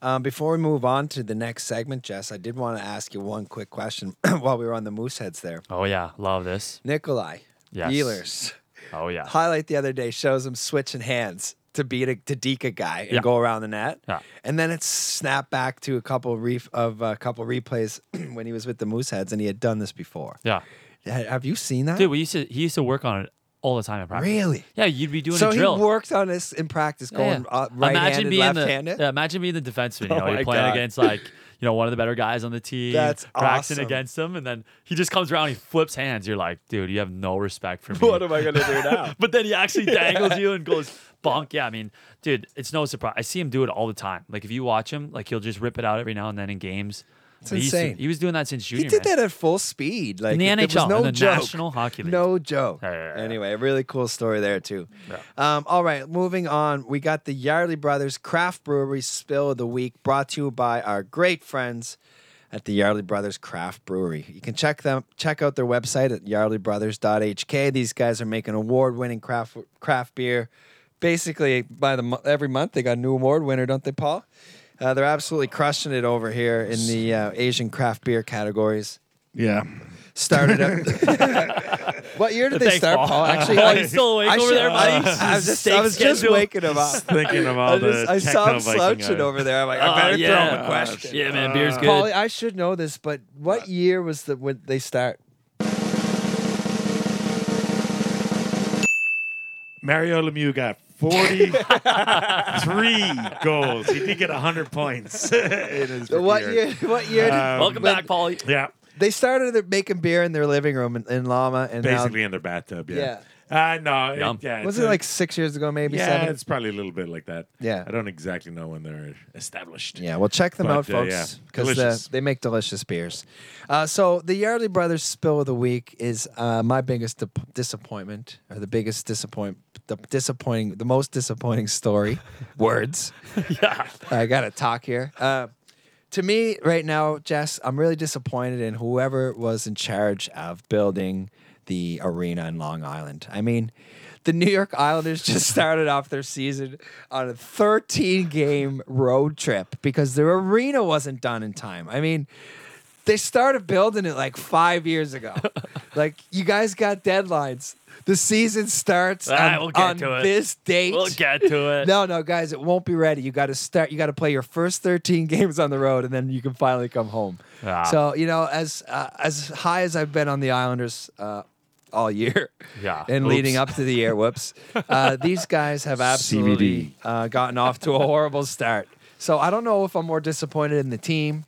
Speaker 1: Um, before we move on to the next segment, Jess, I did want to ask you one quick question *clears throat* while we were on the Mooseheads there.
Speaker 2: Oh yeah, love this.
Speaker 1: Nikolai
Speaker 2: Yes.
Speaker 1: Ehlers
Speaker 2: Oh yeah,
Speaker 1: highlight the other day shows him switching hands to beat a to deke a guy and
Speaker 2: Yeah.
Speaker 1: go around the net,
Speaker 2: Yeah.
Speaker 1: and then it's snapped back to a couple ref of a couple replays *clears throat* when he was with the Mooseheads and he had done this before.
Speaker 2: yeah,
Speaker 1: Ha- Have you seen that?
Speaker 2: dude. We used to he used to work on it all the time at practice.
Speaker 1: Really?
Speaker 2: Yeah, you'd be doing
Speaker 1: so
Speaker 2: a
Speaker 1: he
Speaker 2: drill.
Speaker 1: worked on this in practice, going
Speaker 2: Yeah.
Speaker 1: uh, right-handed,
Speaker 2: being
Speaker 1: left-handed.
Speaker 2: The, yeah, imagine being the defenseman. You know,
Speaker 1: *laughs* Oh my
Speaker 2: you're playing
Speaker 1: God.
Speaker 2: against like you know one of the better guys on the team.
Speaker 1: That's
Speaker 2: practicing
Speaker 1: awesome.
Speaker 2: against him, and then he just comes around, he flips hands. You're like, dude, you have no respect for me.
Speaker 1: What am I gonna do now?
Speaker 2: *laughs* but then
Speaker 1: *laughs*
Speaker 2: he actually dangles you and goes bonk. Yeah, I mean, dude, it's no surprise. I see him do it all the time. Like if you watch him, like he'll just rip it out every now and then in games. It's
Speaker 1: insane.
Speaker 2: he was doing that since junior.
Speaker 1: he did
Speaker 2: man.
Speaker 1: that at full speed, like
Speaker 2: In the
Speaker 1: there was
Speaker 2: NHL, in
Speaker 1: no
Speaker 2: the
Speaker 1: joke.
Speaker 2: National Hockey League.
Speaker 1: No joke.
Speaker 2: Yeah, yeah, yeah.
Speaker 1: Anyway, a really cool story there too. Um, all right, moving on. We got the Yardley Brothers Craft Brewery Spill of the Week, brought to you by our great friends at the Yardley Brothers Craft Brewery. You can check them check out their website at yardleybrothers.hk. These guys are making award-winning craft craft beer. Basically, by the mo- every month they got a new award winner, don't they, Paul? Uh, they're absolutely crushing it over here in the uh, Asian craft beer categories
Speaker 6: Yeah.
Speaker 1: started up. *laughs* what year did they
Speaker 2: Thanks,
Speaker 1: start, Paul?
Speaker 2: Paul.
Speaker 1: Actually,
Speaker 2: Paul,
Speaker 1: I-
Speaker 2: you still awake
Speaker 1: I
Speaker 2: over there, buddy?
Speaker 1: I, I was just, I
Speaker 2: Steak
Speaker 1: was just
Speaker 2: schedule.
Speaker 1: waking him up.
Speaker 5: Thinking of all
Speaker 1: I, just, I
Speaker 5: the
Speaker 1: saw
Speaker 5: techno
Speaker 1: him
Speaker 5: Viking
Speaker 1: slouching
Speaker 5: art.
Speaker 1: over there. I'm like, I better throw him a question.
Speaker 2: Oh, Uh, Yeah, man, beer's good.
Speaker 1: Paulie, I should know this, but what year was the when they start?
Speaker 5: Mario Lemieux got
Speaker 1: *laughs*
Speaker 5: 43 goals. He did get 100 points *laughs* in his rookie
Speaker 1: What year? *laughs* What year? Did,
Speaker 5: Um,
Speaker 2: Welcome
Speaker 1: when-
Speaker 2: back, Paulie.
Speaker 5: Yeah,
Speaker 1: They started their- making beer in their living room in, in Lama, and now-
Speaker 5: basically in their bathtub. Yeah. Uh, no, it-
Speaker 2: Yum.
Speaker 5: yeah. it's
Speaker 1: was it
Speaker 5: a-
Speaker 1: like six years ago, maybe
Speaker 5: Yeah,
Speaker 1: seven?
Speaker 5: it's probably a little bit like that.
Speaker 1: Yeah.
Speaker 5: I don't exactly know when they're established.
Speaker 1: Yeah, well, check them
Speaker 5: But,
Speaker 1: out,
Speaker 5: uh, yeah,
Speaker 1: folks, because
Speaker 5: delicious.
Speaker 1: they make delicious beers. Uh, so the Yardley Brothers spill of the week is uh, my biggest dip- disappointment, or the biggest disappoint, the disappointing, the most disappointing
Speaker 5: *laughs*
Speaker 1: story. Words. yeah, I gotta talk here. Uh, to me, right now, Jess, I'm really disappointed in whoever was in charge of building the arena in Long Island. I mean, the New York Islanders
Speaker 2: *laughs*
Speaker 1: just started off their season on a 13 game road trip because their arena wasn't done in time. I mean, they started building it like five years
Speaker 2: *laughs*
Speaker 1: ago. like, you guys got deadlines. The season starts
Speaker 2: All right,
Speaker 1: on,
Speaker 2: Ah, we'll get
Speaker 1: on
Speaker 2: to it.
Speaker 1: this date.
Speaker 2: We'll get to
Speaker 1: *laughs*
Speaker 2: it.
Speaker 1: No, no, guys, it won't be ready. You got to start. You got to play your first 13 *laughs* games on the road, and then you can finally come home.
Speaker 2: Ah.
Speaker 1: So you know, as uh, as high as I've been on the Islanders uh, all year,
Speaker 2: *laughs* Yeah.
Speaker 1: and
Speaker 2: Oops.
Speaker 1: leading up to the year,
Speaker 2: *laughs*
Speaker 1: whoops, uh, these guys have absolutely uh, gotten off to a horrible start. So I don't know if I'm more disappointed in the team.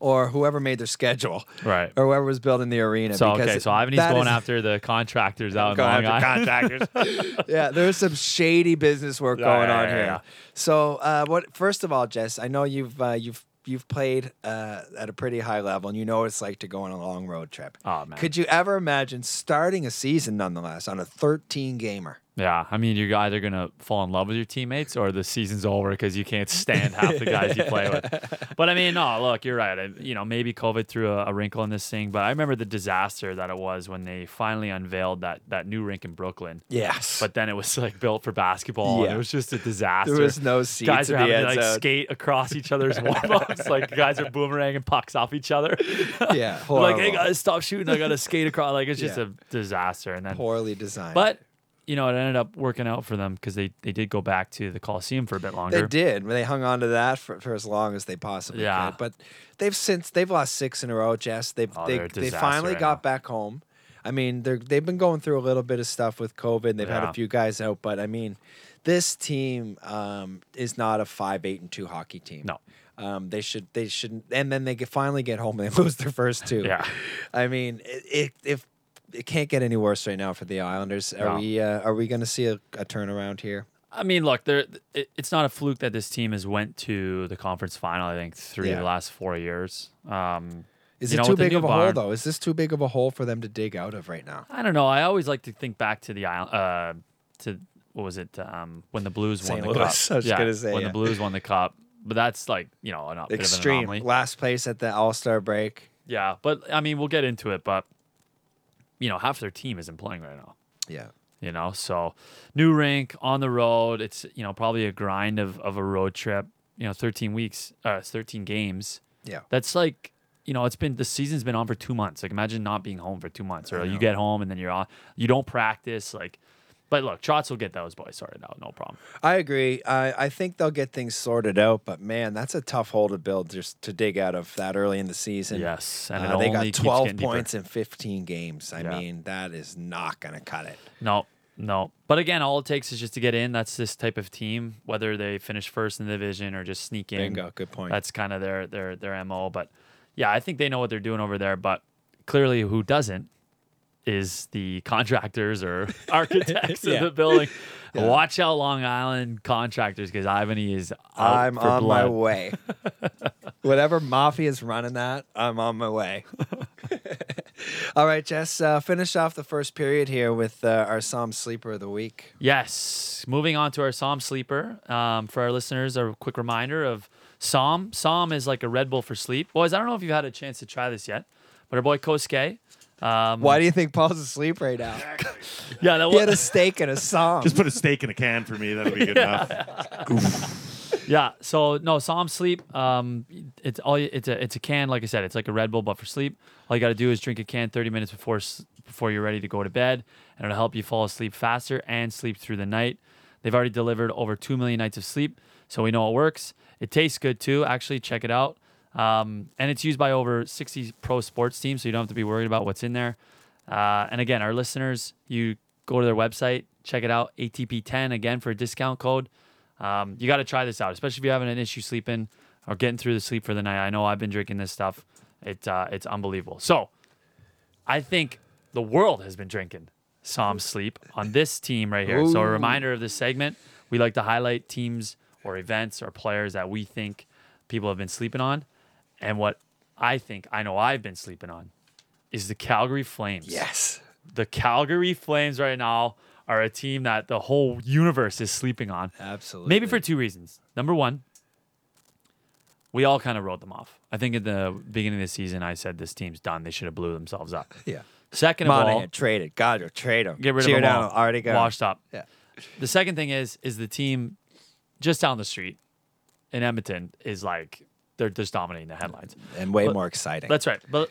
Speaker 1: Or whoever made their schedule,
Speaker 2: Right.
Speaker 1: Or whoever was building the arena.
Speaker 2: So
Speaker 1: because
Speaker 2: okay, so Ivan
Speaker 1: that
Speaker 2: going
Speaker 1: is-
Speaker 2: after the contractors out in
Speaker 1: Going
Speaker 2: Long
Speaker 1: after
Speaker 2: Island.
Speaker 1: yeah, there's some shady business work
Speaker 2: Yeah,
Speaker 1: going
Speaker 2: yeah,
Speaker 1: on
Speaker 2: yeah,
Speaker 1: here.
Speaker 2: yeah.
Speaker 1: So, uh, what? First of all, Jess, I know you've uh, you've you've played uh, at a pretty high level, and you know what it's like to go on a long road trip.
Speaker 2: Aw, Oh, man.
Speaker 1: Could you ever imagine starting a season, nonetheless, on a 13 gamer?
Speaker 2: *laughs* Yeah, I mean, you're either gonna fall in love with your teammates or the season's over because you can't stand half the guys you play with.
Speaker 1: *laughs*
Speaker 2: But I mean, no, look, you're right. I, you know, maybe COVID threw a, a wrinkle in this thing, but I remember the disaster that it was when they finally unveiled that that new rink in Brooklyn.
Speaker 1: Yes.
Speaker 2: But then it was like built for basketball, and
Speaker 1: Yeah.
Speaker 2: it was just a disaster.
Speaker 1: There was no seats
Speaker 2: Guys are
Speaker 1: in the
Speaker 2: having to
Speaker 1: end
Speaker 2: like
Speaker 1: zone.
Speaker 2: skate across
Speaker 1: *laughs*
Speaker 2: each other's warm ups. like guys are boomeranging pucks off each other. *laughs*
Speaker 1: yeah,
Speaker 2: They're like, hey
Speaker 1: horrible.
Speaker 2: guys, stop shooting! I gotta skate across. Like it's just
Speaker 1: Yeah.
Speaker 2: a disaster. And then
Speaker 1: poorly designed.
Speaker 2: but you know, it ended up working out for them because they, they did go back to the Coliseum for a bit longer.
Speaker 1: They did. They hung on to that for, for as long as they possibly
Speaker 2: Yeah.
Speaker 1: could. But they've since they've lost six in a row, Jess. They've
Speaker 2: Oh,
Speaker 1: they,
Speaker 2: they're a
Speaker 1: they
Speaker 2: disaster
Speaker 1: finally
Speaker 2: right
Speaker 1: got
Speaker 2: now.
Speaker 1: back home. I mean, they're they've been going through a little bit of stuff with COVID. They've had
Speaker 2: Yeah.
Speaker 1: a few guys out, but I mean, this team um, is not a five, eight, and two hockey team.
Speaker 2: No.
Speaker 1: Um, they should they shouldn't and then they get, finally get home and *laughs* they lose their first two.
Speaker 2: Yeah.
Speaker 1: I mean, it, it if it can't get any worse right now for the Islanders. Are
Speaker 2: No.
Speaker 1: we uh, are we gonna see a, a turnaround here?
Speaker 2: I mean, look, there it, it's not a fluke that this team has went to the conference final. I think three of
Speaker 1: Yeah.
Speaker 2: the last four years. Um,
Speaker 1: Is
Speaker 2: you
Speaker 1: it
Speaker 2: know,
Speaker 1: too
Speaker 2: with the
Speaker 1: big
Speaker 2: new
Speaker 1: of a hole
Speaker 2: barn-
Speaker 1: though? Is this too big of a hole for them to dig out of right now?
Speaker 2: I don't know. I always like to think back to the island uh, to what was it um, when the Blues
Speaker 1: St.
Speaker 2: won
Speaker 1: Louis.
Speaker 2: the cup.
Speaker 1: I was gonna say,
Speaker 2: when
Speaker 1: yeah.
Speaker 2: the Blues won the cup. But that's like you know an, a bit of an
Speaker 1: Extreme.
Speaker 2: anomaly.
Speaker 1: Last place at the All Star break.
Speaker 2: Yeah, but I mean we'll get into it. But you know half their team isn't playing right now.
Speaker 1: Yeah.
Speaker 2: you know so new rink on the road it's you know probably a grind of, of a road trip you know 13 weeks uh 13 games
Speaker 1: Yeah.
Speaker 2: that's like you know it's been the season's been on for two months like imagine not being home for two months or
Speaker 1: know.
Speaker 2: you get home and then you're on you don't practice like but look trots will get those boys sorted out no problem
Speaker 1: I agree. I, I think they'll get things sorted out, but man, that's a tough hole to build just to dig out of that early in the season. Uh,
Speaker 2: Yes, and it
Speaker 1: they
Speaker 2: only
Speaker 1: got
Speaker 2: keeps
Speaker 1: 12
Speaker 2: getting deeper.
Speaker 1: points in 15 games. I
Speaker 2: Yeah.
Speaker 1: mean, that is not going to cut it.
Speaker 2: No, no. But again, all it takes is just to get in. That's this type of team, whether they finish first in the division or just sneak in.
Speaker 1: Bingo, good point.
Speaker 2: That's kind of their their their mo. But yeah, I think they know what they're doing over there. But clearly, who doesn't is the
Speaker 1: *laughs*
Speaker 2: contractors or architects
Speaker 1: Yeah.
Speaker 2: of the building. Watch out, Long Island contractors, because Ivany is. Out
Speaker 1: I'm
Speaker 2: for
Speaker 1: on my
Speaker 2: blood. *laughs*
Speaker 1: way. Whatever mafia is running that, I'm on my
Speaker 2: *laughs*
Speaker 1: way. All right, Jess, uh, finish off the first period here with uh, our Psalm Sleeper of the Week.
Speaker 2: Yes. Moving on to our Psalm sleeper. Um, for our listeners, a quick reminder of Psalm. Psalm is like a Red Bull for sleep. Boys, I don't know if you've had a chance to try this yet, but our boy Kosuke. Um,
Speaker 1: Why do you think Paul's asleep right
Speaker 2: *laughs*
Speaker 1: now?
Speaker 2: Yeah, that
Speaker 1: He had
Speaker 2: was,
Speaker 1: a steak and a Psalm.
Speaker 5: Just put a steak in a can for me. That'll be
Speaker 1: *laughs*
Speaker 5: good enough.
Speaker 2: yeah. So no, Psalm sleep. Um, it's all. It's a. It's a can. Like I said, it's like a Red Bull, but for sleep. All you got to do is drink a can 30 minutes before s- before you're ready to go to bed, and it'll help you fall asleep faster and sleep through the night. They've already delivered over two million nights of sleep, so we know it works. It tastes good too. Actually, check it out. Um, and it's used by over 60 pro sports teams, so you don't have to be worried about what's in there. Uh, and again, our listeners, you go to their website, check it out, ATP10 again for a discount code. Um, you got to try this out, especially if you're having an issue sleeping or getting through the sleep for the night. I know I've been drinking this stuff; it uh, it's unbelievable. So, I think the world has been drinking Psalm Sleep on this team right here. So, a reminder of this segment: we like to highlight teams or events or players that we think people have been sleeping on, and what I think I know I've been sleeping on is the Calgary Flames
Speaker 1: yes.
Speaker 2: the Calgary Flames right now are a team that the whole universe is sleeping on.
Speaker 1: Absolutely.
Speaker 2: Maybe for two reasons. Number one, we all kind of wrote them off. I think at the beginning of the season, I said this team's done. They should have blew themselves up.
Speaker 1: Yeah.
Speaker 2: Second of all,
Speaker 1: Monahan, trade it. God, you trade him.
Speaker 2: get rid
Speaker 1: Cheer
Speaker 2: of them
Speaker 1: down.
Speaker 2: all.
Speaker 1: Already got
Speaker 2: washed up.
Speaker 1: Yeah.
Speaker 2: The second thing is is the team just down the street in Edmonton is like they're just dominating the headlines.
Speaker 1: And way
Speaker 2: But-
Speaker 1: more exciting.
Speaker 2: That's right. But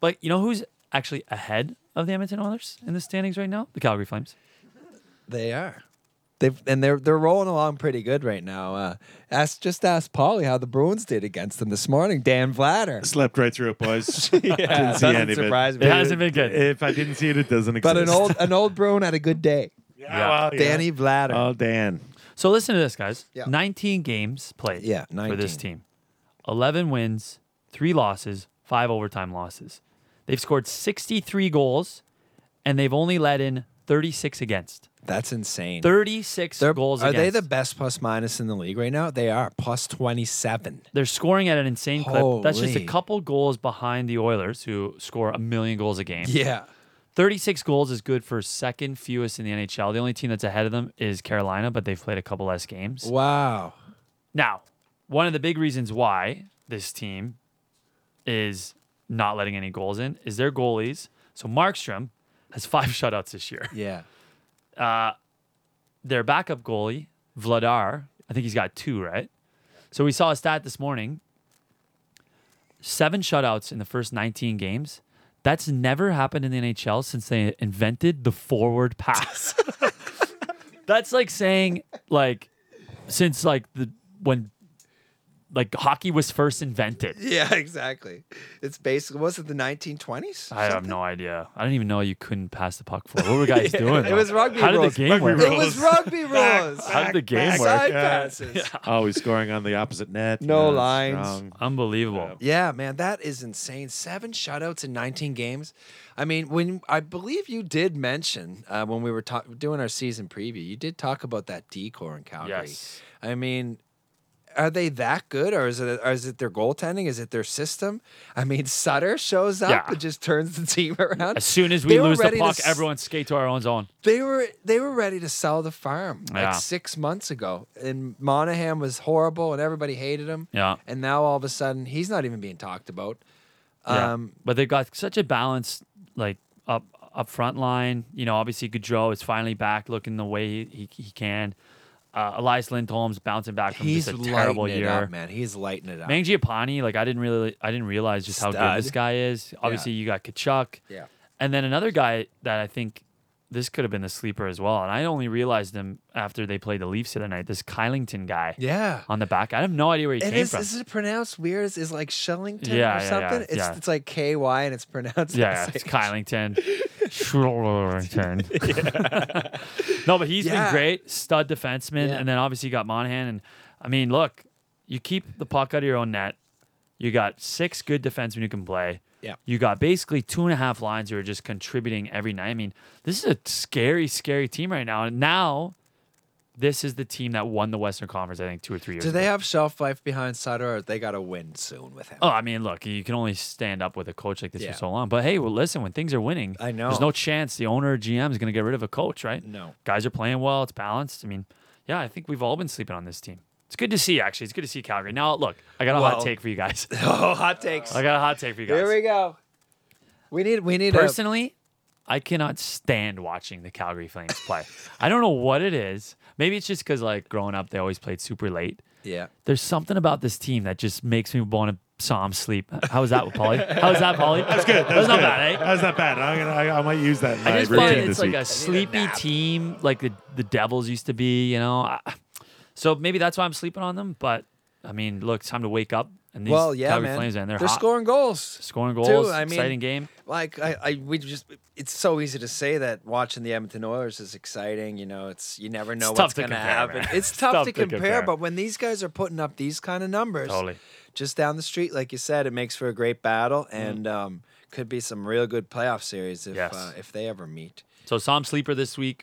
Speaker 2: but you know who's actually ahead of the Edmonton Oilers in the standings right now? The Calgary Flames.
Speaker 1: They are. They've, and they're they're rolling along pretty good right now. Uh, ask just ask Paulie how the Bruins did against them this morning. Dan Vlatter.
Speaker 5: Slept right through
Speaker 1: *laughs*
Speaker 5: it, boys. Didn't see any
Speaker 1: doesn't
Speaker 5: of it.
Speaker 1: surprise me.
Speaker 2: It hasn't been good.
Speaker 5: If I didn't see it, it doesn't exist.
Speaker 1: But an old an old Bruin had a good *laughs* day.
Speaker 5: Yeah, well, yeah.
Speaker 1: Danny Vlatter.
Speaker 2: Uh,
Speaker 5: Oh, Dan.
Speaker 2: So listen to this, guys.
Speaker 1: Yeah.
Speaker 2: 19 games played
Speaker 1: Yeah,
Speaker 2: for this
Speaker 1: 19.
Speaker 2: team. 11 wins, 3 losses, 5 overtime losses. They've scored 63 goals and they've only let in 36 against.
Speaker 1: That's insane.
Speaker 2: 36
Speaker 1: They're-
Speaker 2: goals
Speaker 1: are
Speaker 2: against.
Speaker 1: they the best plus minus in the league right now? They are plus twenty seven.
Speaker 2: They're scoring at an insane clip. That's just a
Speaker 1: Holy.
Speaker 2: couple goals behind the Oilers who score a million goals a game.
Speaker 1: Yeah.
Speaker 2: 36 goals is good for second fewest in the NHL. The only team that's ahead of them is Carolina, but they've played a couple less games.
Speaker 1: Wow.
Speaker 2: Now, one of the big reasons why this team is not letting any goals in is their goalies. So Markstrom has five *laughs* shutouts this year.
Speaker 1: Yeah.
Speaker 2: Their backup goalie, Vladar, I think he's got two, right? So we saw a stat this morning. Seven shutouts in the first 19 games. That's never happened in the NHL since they invented the forward pass. *laughs* That's like saying like since like the when like hockey was first invented.
Speaker 1: Yeah, *laughs* exactly. It's basically was it the 1920s?
Speaker 2: I have no idea. I didn't even know you couldn't pass the puck forward. What
Speaker 1: *laughs*
Speaker 2: were guys doing?
Speaker 1: It was rugby
Speaker 2: How did
Speaker 1: rules.
Speaker 2: the game
Speaker 5: Rugby
Speaker 2: work?
Speaker 5: rules.
Speaker 1: It was rugby *laughs* rules.
Speaker 2: How did the game
Speaker 1: Side
Speaker 2: work?
Speaker 1: passes. Yeah.
Speaker 5: Always Oh, scoring on the opposite net.
Speaker 1: No
Speaker 5: it's
Speaker 1: lines.
Speaker 5: wrong.
Speaker 2: Unbelievable.
Speaker 1: man, that is insane. Seven shutouts in 19 games. I mean, when I believe you did mention uh, when we were ta- doing our season preview, you did talk about that decor in Calgary.
Speaker 2: Yes.
Speaker 1: I mean, are they that good, or is it or is it their goaltending? Is it their system? I mean, Sutter shows up
Speaker 2: Yeah.
Speaker 1: and just turns the team *laughs* around.
Speaker 2: As soon as we
Speaker 1: They were
Speaker 2: lose the
Speaker 1: ready to
Speaker 2: puck,
Speaker 1: s-
Speaker 2: everyone skate to our own zone.
Speaker 1: they were they were ready to sell the farm like
Speaker 2: Yeah.
Speaker 1: six months ago, and Monahan was horrible, and everybody hated him.
Speaker 2: Yeah.
Speaker 1: and now all of a sudden he's not even being talked about.
Speaker 2: Yeah.
Speaker 1: Um,
Speaker 2: but they've got such a balanced like up up front line. You know, obviously Gaudreau is finally back, looking the way he, he, he can. Uh, Elias Lindholm's bouncing back from
Speaker 1: He's
Speaker 2: just a terrible
Speaker 1: lighting it
Speaker 2: year.
Speaker 1: up, man. He's lighting it up.
Speaker 2: Mangiapane, like I didn't really, I didn't realize just how
Speaker 1: Stud.
Speaker 2: good this guy is. Obviously, you got Kachuk,
Speaker 1: Yeah.
Speaker 2: and then another guy that I think this could have been the sleeper as well. And I only realized him after they played the Leafs the other night. This Kylington guy,
Speaker 1: Yeah.
Speaker 2: on the back. I have no idea where he
Speaker 1: It
Speaker 2: came
Speaker 1: is.
Speaker 2: from.
Speaker 1: Is it pronounced weird? Is, is like Shellington
Speaker 2: Yeah,
Speaker 1: or
Speaker 2: yeah,
Speaker 1: something?
Speaker 2: yeah,
Speaker 1: it's
Speaker 2: yeah.
Speaker 1: it's like K Y and it's pronounced.
Speaker 2: Yeah,
Speaker 1: like-
Speaker 2: it's Kylington.
Speaker 1: *laughs*
Speaker 2: Shurlington. *laughs* no, but he's
Speaker 1: Yeah.
Speaker 2: been great, stud defenseman,
Speaker 1: Yeah.
Speaker 2: and then obviously you got Monahan. And I mean, look, you keep the puck out of your own net. You got six good defensemen who can play.
Speaker 1: Yeah.
Speaker 2: You got basically two and a half lines who are just contributing every night. I mean, this is a scary, scary team right now. And now, this is the team that won the Western Conference, I think, two or three years
Speaker 1: Do
Speaker 2: ago.
Speaker 1: they have shelf life behind Sutter, or they got to win soon with him?
Speaker 2: Oh, I mean, look, you can only stand up with a coach like this
Speaker 1: Yeah.
Speaker 2: for so long. But hey, well, listen, when things are winning,
Speaker 1: I
Speaker 2: there's
Speaker 1: know.
Speaker 2: no chance the owner or GM is going to get rid of a coach, right?
Speaker 1: No.
Speaker 2: Guys are playing well, it's balanced. I mean, yeah, I think we've all been sleeping on this team. It's good to see, actually. It's good to see Calgary. Now, look, I got a
Speaker 1: Well-
Speaker 2: hot take for you
Speaker 1: *laughs*
Speaker 2: guys.
Speaker 1: *laughs* Oh, hot takes.
Speaker 2: I got a hot take for you Uh, guys.
Speaker 1: Here we go. We need we need a
Speaker 2: Personally, I cannot stand watching the Calgary Flames play. I don't know what it is. Maybe it's just because, like, growing up, they always played super late.
Speaker 1: yeah.
Speaker 2: There's something about this team that just makes me want to psalm sleep. How was that, Polly? How was that, Polly? That's good. That's, not bad, eh?
Speaker 5: That was not bad. I'm gonna, I, I might use that. In my
Speaker 2: I just
Speaker 5: routine
Speaker 2: find it's
Speaker 5: this
Speaker 2: like
Speaker 5: week.
Speaker 2: a sleepy team, like the, the Devils used to be, you know? I, so maybe that's why I'm sleeping on them. But I mean, look, it's time to wake up. And these
Speaker 1: Well, yeah,
Speaker 2: Calgary
Speaker 1: man.
Speaker 2: Flames, man, they're, hot.
Speaker 1: scoring goals.
Speaker 2: Scoring
Speaker 1: too.
Speaker 2: goals. exciting game.
Speaker 1: Like I, I, we just. It's so easy to say that watching the Edmonton Oilers is exciting. You know, it's you never know
Speaker 2: It's tough
Speaker 1: what's
Speaker 2: to
Speaker 1: going
Speaker 2: compare, *laughs*
Speaker 1: happen.
Speaker 2: man.
Speaker 1: It's tough, to, compare, but when these guys are putting up these kind of numbers,
Speaker 2: Totally. Mm-hmm.
Speaker 1: just down the street, like you said, it makes for a great battle and um, could be some real good playoff series if
Speaker 2: Yes.
Speaker 1: uh, if they ever meet
Speaker 2: So psalm sleeper this week,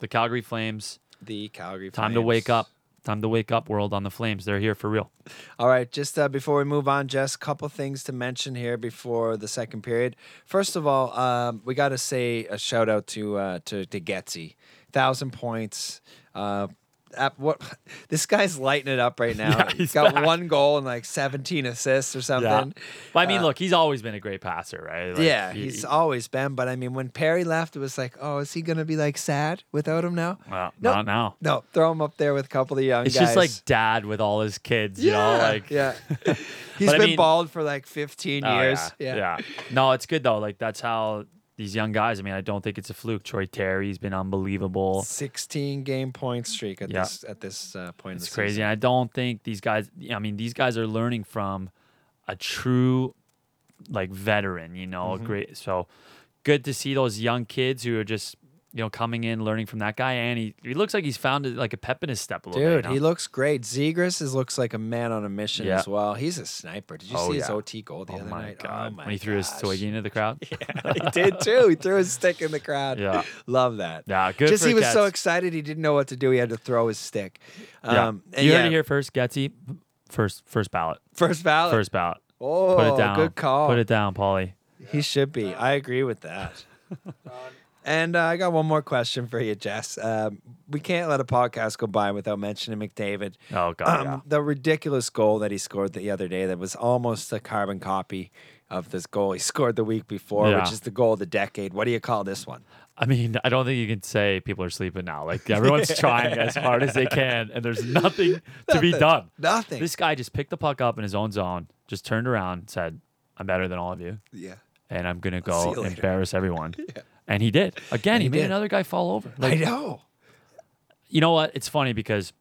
Speaker 2: the Calgary Flames.
Speaker 1: the Calgary.
Speaker 2: Time to wake
Speaker 1: Flames.
Speaker 2: up. Time to wake up, world on the Flames. They're here for real.
Speaker 1: All right, just uh, before we move on, Jess, couple things to mention here before the second period. First of all, um, we got to say a shout out to uh, to to Getzy, thousand points. Uh, app, what *laughs* this guy's lighting it up right now.
Speaker 2: *laughs* Yeah,
Speaker 1: he's
Speaker 2: he's
Speaker 1: got
Speaker 2: back.
Speaker 1: one goal and like seventeen assists or something.
Speaker 2: But I mean, look, he's always been a great passer, right? Like,
Speaker 1: uh, yeah,
Speaker 2: he-
Speaker 1: he's
Speaker 2: he-
Speaker 1: always been. But I mean, when Perry left, it was like, oh, is he gonna be like sad without him now?
Speaker 2: Well,
Speaker 1: no,
Speaker 2: not now.
Speaker 1: No, throw him up there with a couple of young
Speaker 2: It's
Speaker 1: guys.
Speaker 2: just like dad with all his kids, you know? Like,
Speaker 1: yeah. He's
Speaker 2: *laughs* But I
Speaker 1: been
Speaker 2: mean-
Speaker 1: bald for like 15
Speaker 2: Oh,
Speaker 1: years.
Speaker 2: Yeah, No, it's good though. Like that's how these young guys. I mean, I don't think it's a fluke. Troy Terry's been unbelievable.
Speaker 1: 16 game point streak at
Speaker 2: Yeah.
Speaker 1: this at this uh, point.
Speaker 2: It's
Speaker 1: in the
Speaker 2: crazy.
Speaker 1: season.
Speaker 2: And I don't think these guys. I mean, these guys are learning from a true like veteran. You know, great. So good to see those young kids who are just you know coming in, learning from that guy. And he, he looks like he's found like a pep in his step a little bit.
Speaker 1: Dude,
Speaker 2: you know?
Speaker 1: he looks great. Zegras is looks like a man on a mission
Speaker 2: Yeah.
Speaker 1: as well. He's a sniper. Did you
Speaker 2: Oh,
Speaker 1: see his
Speaker 2: yeah.
Speaker 1: OT goal the
Speaker 2: Oh
Speaker 1: other
Speaker 2: my
Speaker 1: night?
Speaker 2: god!
Speaker 1: Oh my
Speaker 2: when he threw his
Speaker 1: gosh. *laughs*
Speaker 2: twiggy into the crowd,
Speaker 1: he did too. He threw his stick in the crowd.
Speaker 2: *laughs* Yeah.
Speaker 1: Love that.
Speaker 2: Yeah, good
Speaker 1: Just
Speaker 2: for
Speaker 1: he was so
Speaker 2: Getz.
Speaker 1: excited he didn't know what to do. He had to throw his stick.
Speaker 2: yeah.
Speaker 1: Um and
Speaker 2: you
Speaker 1: yeah,
Speaker 2: heard it here first, Getsy. First, first ballot.
Speaker 1: First ballot.
Speaker 2: First ballot.
Speaker 1: oh,
Speaker 2: Put it down.
Speaker 1: good call.
Speaker 2: Put it down, Paulie.
Speaker 1: He should be. I agree with that. And uh, I got one more question for you, Jess. Um, we can't let a podcast go by without mentioning McDavid. Um,
Speaker 2: Oh, God, yeah.
Speaker 1: The ridiculous goal that he scored the other day that was almost a carbon copy of this goal he *laughs* scored the week before,
Speaker 2: Yeah.
Speaker 1: which is the goal of the decade. What do you call this one?
Speaker 2: I mean, I don't think you can say people are sleeping
Speaker 1: *laughs*
Speaker 2: now. Like everyone's trying as hard as they can, and there's nothing to be done.
Speaker 1: Nothing.
Speaker 2: This guy just picked the puck up in his own zone, just turned around, and said, "I'm better than all of you,
Speaker 1: Yeah.
Speaker 2: and I'm gonna
Speaker 1: see
Speaker 2: go
Speaker 1: you later."
Speaker 2: embarrass
Speaker 1: *laughs*
Speaker 2: everyone." And he did. Again, he,
Speaker 1: he
Speaker 2: made
Speaker 1: did.
Speaker 2: another guy fall over. Like,
Speaker 1: I know.
Speaker 2: you know what? It's funny because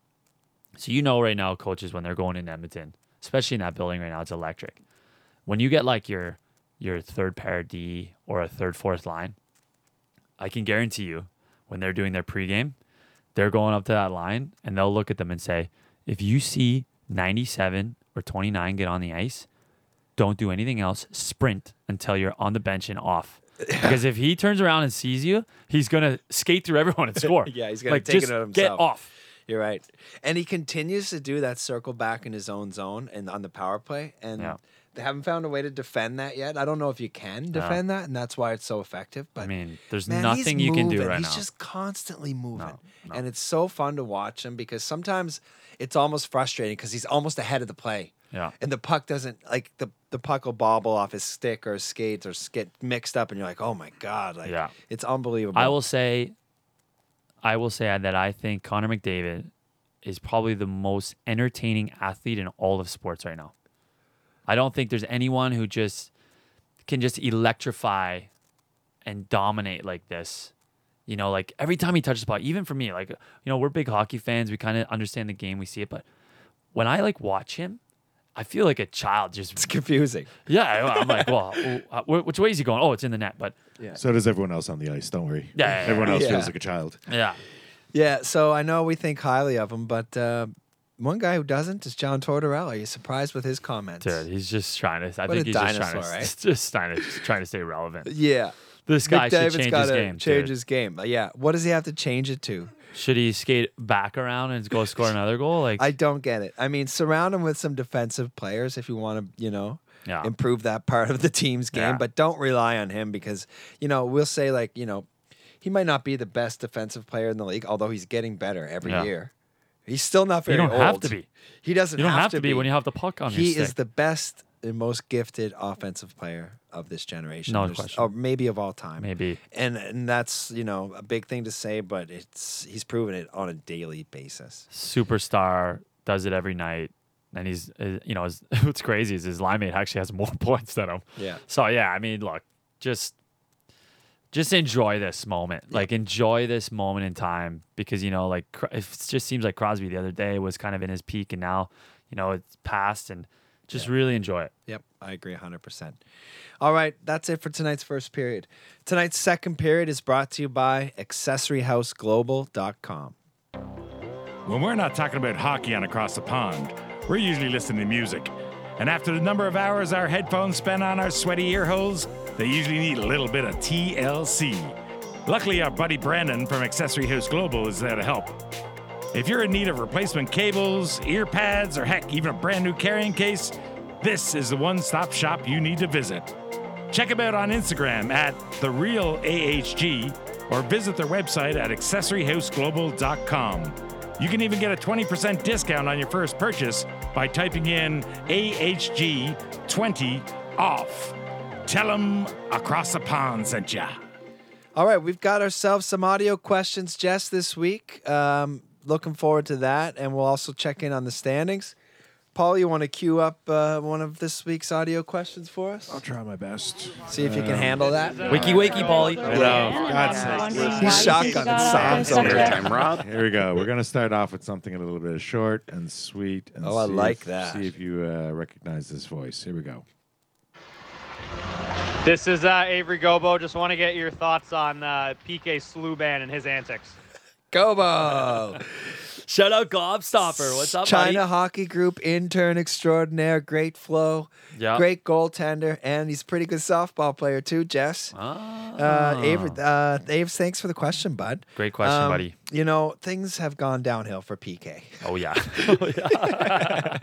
Speaker 2: so you know right now coaches when they're going in Edmonton, especially in that building right now, it's electric. When you get like your your third pair D or a third fourth line, I can guarantee you when they're doing their pregame, they're going up to that line and they'll look at them and say, if you see 97 or 29 get on the ice, don't do anything else. Sprint until you're on the bench and off.
Speaker 1: *laughs*
Speaker 2: Because if he turns around and sees you, he's gonna skate through everyone and score.
Speaker 1: *laughs* Yeah, he's gonna
Speaker 2: Like,
Speaker 1: take it
Speaker 2: just
Speaker 1: on
Speaker 2: Get
Speaker 1: himself.
Speaker 2: off.
Speaker 1: You're right. And he continues to do that circle back in his own zone and on the power play. And
Speaker 2: Yeah.
Speaker 1: they haven't found a way to defend that yet. I don't know if you can defend that, and that's why it's so effective. But
Speaker 2: I mean, there's
Speaker 1: man, he's
Speaker 2: nothing you can do
Speaker 1: moving.
Speaker 2: right
Speaker 1: he's
Speaker 2: now.
Speaker 1: just constantly moving. And it's so fun to watch him because sometimes it's almost frustrating because he's almost ahead of the play.
Speaker 2: Yeah.
Speaker 1: And the puck doesn't like the the puck will bobble off his stick or his skates or get mixed up and you're like, oh my God. Like
Speaker 2: Yeah.
Speaker 1: it's unbelievable.
Speaker 2: I will say, I will say that I think Connor McDavid is probably the most entertaining athlete in all of sports right now. I don't think there's anyone who just can just electrify and dominate like this. You know, like every time he touches the puck, even for me, like you know, we're big hockey fans. We kind of understand the game, we see it, but when I like watch him, I feel like a child
Speaker 1: *laughs*
Speaker 2: just *laughs*
Speaker 1: it's confusing.
Speaker 2: Yeah, I- I'm like, well, wh- wh- which way is he going? Oh, it's in the net. But
Speaker 5: So does everyone else on the ice. Don't worry.
Speaker 2: Yeah, yeah, yeah.
Speaker 5: everyone else
Speaker 1: Yeah.
Speaker 5: feels like a child.
Speaker 2: yeah,
Speaker 1: Yeah, so I know we think highly of him, but uh, one guy who doesn't is John Tortorella. Are you surprised with his comments?
Speaker 2: dude, he's just trying to. I
Speaker 1: What a
Speaker 2: think he's just trying to,
Speaker 1: dinosaur, right?
Speaker 2: *laughs* just trying to, just trying to stay relevant.
Speaker 1: Yeah.
Speaker 2: This guy
Speaker 1: McDavid's
Speaker 2: should change his
Speaker 1: gotta
Speaker 2: game.
Speaker 1: Change
Speaker 2: dude.
Speaker 1: his game. Uh, Yeah. What does he have to change it to?
Speaker 2: Should he skate back around and go
Speaker 1: *laughs*
Speaker 2: score another goal? Like,
Speaker 1: I don't get it. I mean, surround him with some defensive players if you want to, you know,
Speaker 2: Yeah.
Speaker 1: improve that part of the team's game,
Speaker 2: Yeah.
Speaker 1: but don't rely on him because, you know, we'll say like, you know, he might not be the best defensive player in the league, although he's getting better every
Speaker 2: Yeah.
Speaker 1: year. He's still not very
Speaker 2: don't have
Speaker 1: old.
Speaker 2: to be.
Speaker 1: He doesn't
Speaker 2: you don't
Speaker 1: have, to be
Speaker 2: when you have the puck on your
Speaker 1: he is
Speaker 2: stick.
Speaker 1: the best and most gifted offensive player of this generation.
Speaker 2: No
Speaker 1: There's-
Speaker 2: question.
Speaker 1: Or maybe of all time.
Speaker 2: Maybe.
Speaker 1: And and that's, you know, a big thing to say, but it's he's proven it on a daily basis.
Speaker 2: superstar, does it every night, and he's uh, you know *laughs* his, what's crazy is his line mate actually has more *laughs* points than him.
Speaker 1: Yeah.
Speaker 2: So yeah, I mean, look, just just enjoy this moment. Like enjoy this moment in time because you know, like Cro- it just seems like Crosby the other day was kind of in his peak, and now you know it's passed, and just really enjoy it.
Speaker 1: Yep, I agree 100%. All right, that's it for tonight's first period. Tonight's second period is brought to you by accessoryhouseglobal.com.
Speaker 3: When we're not talking about hockey on Across the Pond, we're usually listening to music. And after the number of hours our headphones spend on our sweaty ear holes, they usually need a little bit of TLC. Luckily, our buddy Brandon from Accessory House Global is there to help. If you're in need of replacement cables, ear pads, or heck, even a brand new carrying case, this is the one stop shop you need to visit. Check them out on Instagram at the real AHG or visit their website at accessoryhouseglobal.com. You can even get a 20% discount on your first purchase by typing in AHG20 off. Tell them across the pond sent ya.
Speaker 1: All right, we've got ourselves some audio questions, Jess, this week. Um, looking forward to that, and we'll also check in on the standings. Paul, you want to queue up uh, one of this week's audio questions for us?
Speaker 5: Try my best.
Speaker 1: See if you can handle that.
Speaker 2: Wakey wakey, Polly.
Speaker 1: He's shotgun and sobs over there.
Speaker 5: Rob. Here we go. We're gonna start off with something a little bit short and sweet. And
Speaker 1: Oh, I
Speaker 5: see
Speaker 1: like
Speaker 5: if-
Speaker 1: that.
Speaker 5: See if you uh, recognize this voice. Here we go.
Speaker 6: This is uh, Avery Gobo. Just want to get your thoughts on uh, PK Sluban and his antics.
Speaker 1: Gobo,
Speaker 2: Shout out Gobstopper. What's up,
Speaker 1: China
Speaker 2: buddy?
Speaker 1: Hockey Group intern extraordinaire, great flow,
Speaker 2: Yeah.
Speaker 1: great goaltender, and he's a pretty good softball player too, Jess.
Speaker 2: Ah.
Speaker 1: Uh, Avery, uh, Aves, thanks for the question, bud.
Speaker 2: Great question,
Speaker 1: Um,
Speaker 2: buddy.
Speaker 1: You know, things have gone downhill for PK.
Speaker 2: Oh yeah.
Speaker 1: *laughs*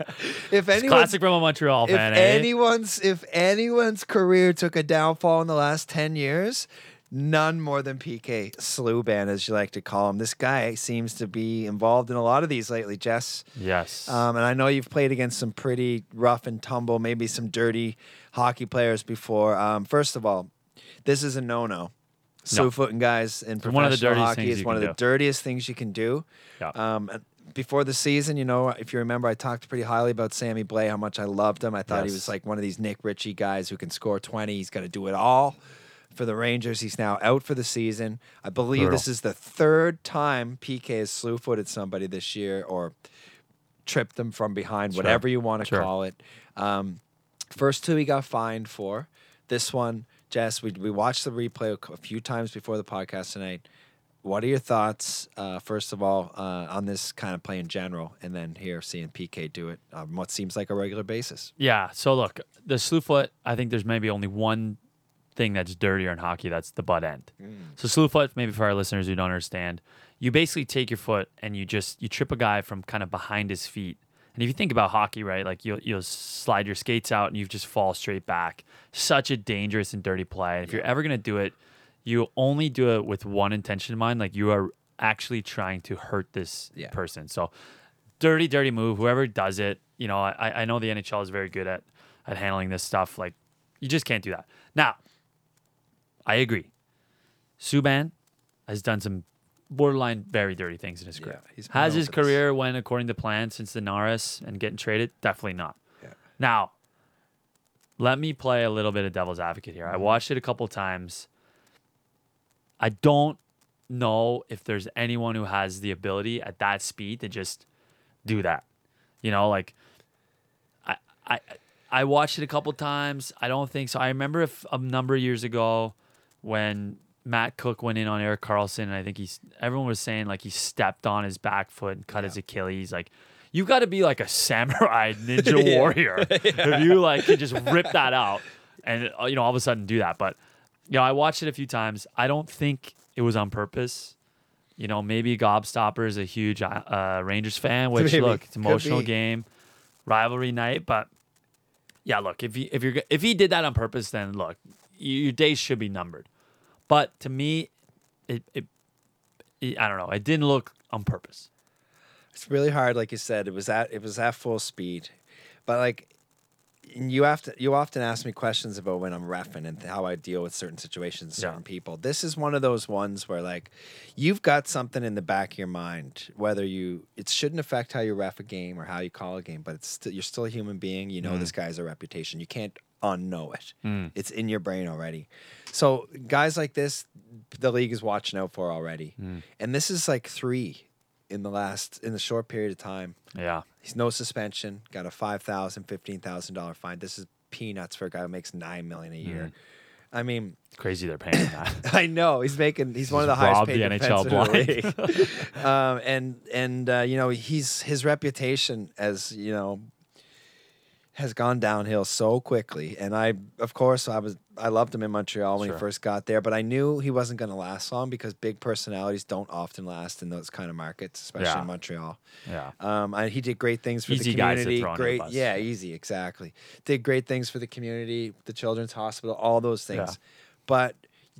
Speaker 1: If anyone
Speaker 2: Classic from a Montreal
Speaker 1: if
Speaker 2: fan. eh?
Speaker 1: anyone's if anyone's career took a downfall in the last 10 years none more than PK Sluban, as you like to call him. This guy seems to be involved in a lot of these lately, Jess.
Speaker 2: Yes.
Speaker 1: Um, and I know you've played against some pretty rough and tumble, maybe some dirty hockey players before. Um, first of all, this is a no-no.
Speaker 2: No.
Speaker 1: Slow footing guys in professional
Speaker 2: one of the dirtiest
Speaker 1: hockey
Speaker 2: things
Speaker 1: is
Speaker 2: you
Speaker 1: one of
Speaker 2: can
Speaker 1: the
Speaker 2: do.
Speaker 1: dirtiest things you can do.
Speaker 2: Yeah.
Speaker 1: Um, and before the season, you know, if you remember, I talked pretty highly about Sammy Blay, how much I loved him. I thought he
Speaker 2: Yes.
Speaker 1: was like one of these Nick Ritchie guys who can score 20. He's going to do it all for the Rangers. He's now out for the season. I believe this
Speaker 2: Brutal.
Speaker 1: is the third time PK has slew footed somebody this year or tripped them from behind, whatever you want to
Speaker 2: Sure.
Speaker 1: call it. Um, first two he got fined for. This one, Jess, we, we watched the replay a c- a few times before the podcast tonight. What are your thoughts, uh, first of all, uh, on this kind of play in general, and then here seeing PK do it on what seems like a regular basis?
Speaker 2: Yeah. So look, the slew foot. I think there's maybe only one thing that's dirtier in hockey. That's the butt end. So slew foot. Maybe for our listeners who don't understand, you basically take your foot and you just you trip a guy from kind of behind his feet. And if you think about hockey, right, like you'll you'll slide your skates out and you just fall straight back. Such a dangerous and dirty play. And if you're ever gonna do it, you only do it with one intention in mind, like you are actually trying to hurt this
Speaker 1: Yeah.
Speaker 2: person. So dirty, dirty move. Whoever does it, you know, I, I know the NHL is very good at at handling this stuff. Like, you just can't do that. Now, I agree. Subban has done some borderline very dirty things in his career.
Speaker 1: he's been
Speaker 2: has his
Speaker 1: over this.
Speaker 2: career went according to plan since the Naris and getting traded? Definitely not.
Speaker 1: Yeah.
Speaker 2: Now, let me play a little bit of devil's advocate here. I
Speaker 1: Mm-hmm.
Speaker 2: watched it a couple times. I don't know if there's anyone who has the ability at that speed to just do that. You know, like I I I watched it a couple times. I don't think so. I remember if a number of years ago when Matt Cook went in on Eric Carlson, and I think he's everyone was saying like he stepped on his back foot and cut his Achilles. Like you got to be like
Speaker 1: *laughs*
Speaker 2: a samurai ninja warrior if you like can just rip that out and uh, you know all of a sudden do that. But you know I watched it a few times. I don't think it was on purpose. You know maybe Gobstopper is a huge uh, Rangers fan, which
Speaker 1: Maybe.
Speaker 2: look it's
Speaker 1: Could
Speaker 2: emotional
Speaker 1: be.
Speaker 2: game, rivalry night, but yeah, look, if he if you're go- if he did that on purpose, then look, you, your days should be numbered. But to me, it, it, it I don't know, it didn't look on purpose.
Speaker 1: It's really hard, like you said. It was at it was at full speed, but like and you have to you often ask me questions about when I'm refing and how I deal with certain situations,
Speaker 2: Yeah.
Speaker 1: certain people. This is one of those ones where like you've got something in the back of your mind, whether you it shouldn't affect how you ref a game or how you call a game, but it's still you're still a human being. You know this guy has a reputation. You can't unknow it. It's in your brain already. So guys like this, the league is watching out for already, and this is like three in the last in the short period of time.
Speaker 2: Yeah,
Speaker 1: He's no suspension. Got a five thousand, fifteen thousand dollar fine. This is peanuts for a guy who makes nine million a
Speaker 2: Mm-hmm.
Speaker 1: year. I mean, *laughs*
Speaker 2: it's crazy they're paying him that. *laughs*
Speaker 1: I know he's making. He's one of the highest
Speaker 2: robbed
Speaker 1: paid
Speaker 2: the
Speaker 1: defensemen
Speaker 2: NHL
Speaker 1: in the
Speaker 2: *laughs*
Speaker 1: league. *laughs* um, and and uh, you know he's his reputation as you know has gone downhill so quickly. And I, of course, I was I loved him in Montreal when he first got there, but I knew he wasn't going to last long because big personalities don't often last in those kind of markets, especially
Speaker 2: Yeah.
Speaker 1: in Montreal.
Speaker 2: Yeah.
Speaker 1: Um, and he did great things for
Speaker 2: Easy
Speaker 1: the
Speaker 2: guys to
Speaker 1: community.
Speaker 2: throw under the
Speaker 1: great,
Speaker 2: bus.
Speaker 1: yeah, easy, exactly. Did great things for the community, the children's hospital, all those things. But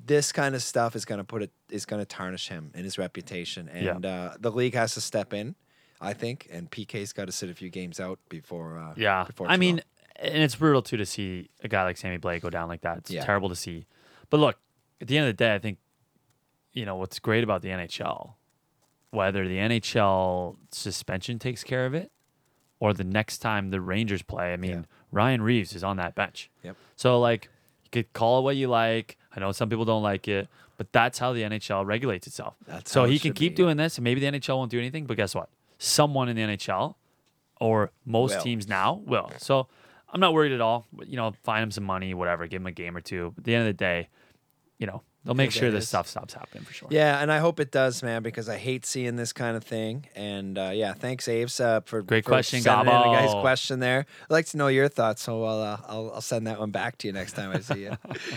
Speaker 1: this kind of stuff is going to put it is going to tarnish him and his reputation,
Speaker 2: Yeah.
Speaker 1: and uh, the league has to step in, I think. And PK's got to sit a few games out before. Uh,
Speaker 2: Yeah.
Speaker 1: before
Speaker 2: I
Speaker 1: too
Speaker 2: mean,
Speaker 1: long.
Speaker 2: and it's brutal too to see a guy like Sammy Blake go down like that. It's
Speaker 1: Yeah.
Speaker 2: terrible to see. But look, at the end of the day, I think you know what's great about the NHL, whether the NHL suspension takes care of it or the next time the Rangers play. I mean, Ryan Reeves is on that bench.
Speaker 1: Yep.
Speaker 2: So like you could call it what you like. I know some people don't like it, but that's how the NHL regulates itself.
Speaker 1: That's
Speaker 2: so
Speaker 1: how it
Speaker 2: he can
Speaker 1: should
Speaker 2: keep
Speaker 1: be, yeah.
Speaker 2: doing this and maybe the NHL won't do anything, but guess what? Someone in the NHL or most
Speaker 1: Will.
Speaker 2: teams now will. So I'm not worried at all. You know, find him some money, whatever, give him a game or two. But at the end of the day, you know, they'll make
Speaker 1: Yeah,
Speaker 2: sure
Speaker 1: it
Speaker 2: this
Speaker 1: is.
Speaker 2: stuff stops happening for sure.
Speaker 1: Yeah, and I hope it does, man, because I hate seeing this kind of thing. And uh, yeah, thanks, Aves, uh, for
Speaker 2: Great
Speaker 1: for
Speaker 2: question,
Speaker 1: sending in a guy's
Speaker 2: Gabo.
Speaker 1: question there. I'd like to know your thoughts, so I'll uh, I'll, I'll send that one back to you next time I see you.
Speaker 2: *laughs*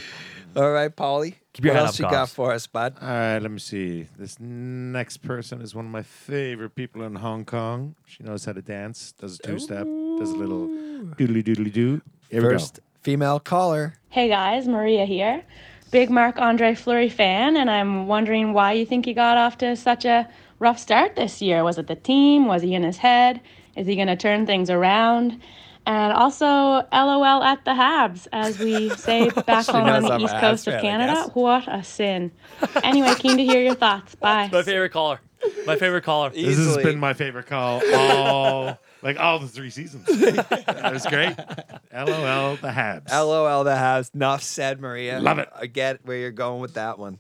Speaker 1: All right, Paulie,
Speaker 2: Keep your
Speaker 1: what
Speaker 2: head
Speaker 1: else
Speaker 2: up,
Speaker 1: you got
Speaker 2: Gobs.
Speaker 1: for us, bud?
Speaker 5: All right, let me see. This next person is one of my favorite people in Hong Kong. She knows how to dance, does a two step, does a little doodly doodly doo. Here
Speaker 1: First female caller.
Speaker 7: Hey guys, Maria here. big Marc Andre Fleury fan, and I'm wondering why you think he got off to such a rough start this year. Was it the team? Was he in his head? Is he going to turn things around? And also, LOL at the Habs, as
Speaker 1: *laughs*
Speaker 7: we say back home on
Speaker 1: knows
Speaker 7: the
Speaker 1: I'm a
Speaker 7: east
Speaker 1: Habs
Speaker 7: coast
Speaker 1: fan, I
Speaker 7: of
Speaker 1: guess.
Speaker 7: Canada. What a sin. Anyway, keen to hear
Speaker 1: *laughs*
Speaker 7: your thoughts. Bye.
Speaker 2: My favorite caller. My favorite caller.
Speaker 5: This has
Speaker 1: Easily.
Speaker 5: been my favorite call all *laughs* like all the three seasons. that was great. LOL the Habs.
Speaker 1: LOL the house. Enough said, Maria.
Speaker 5: Love it.
Speaker 1: I get where you're going with that one.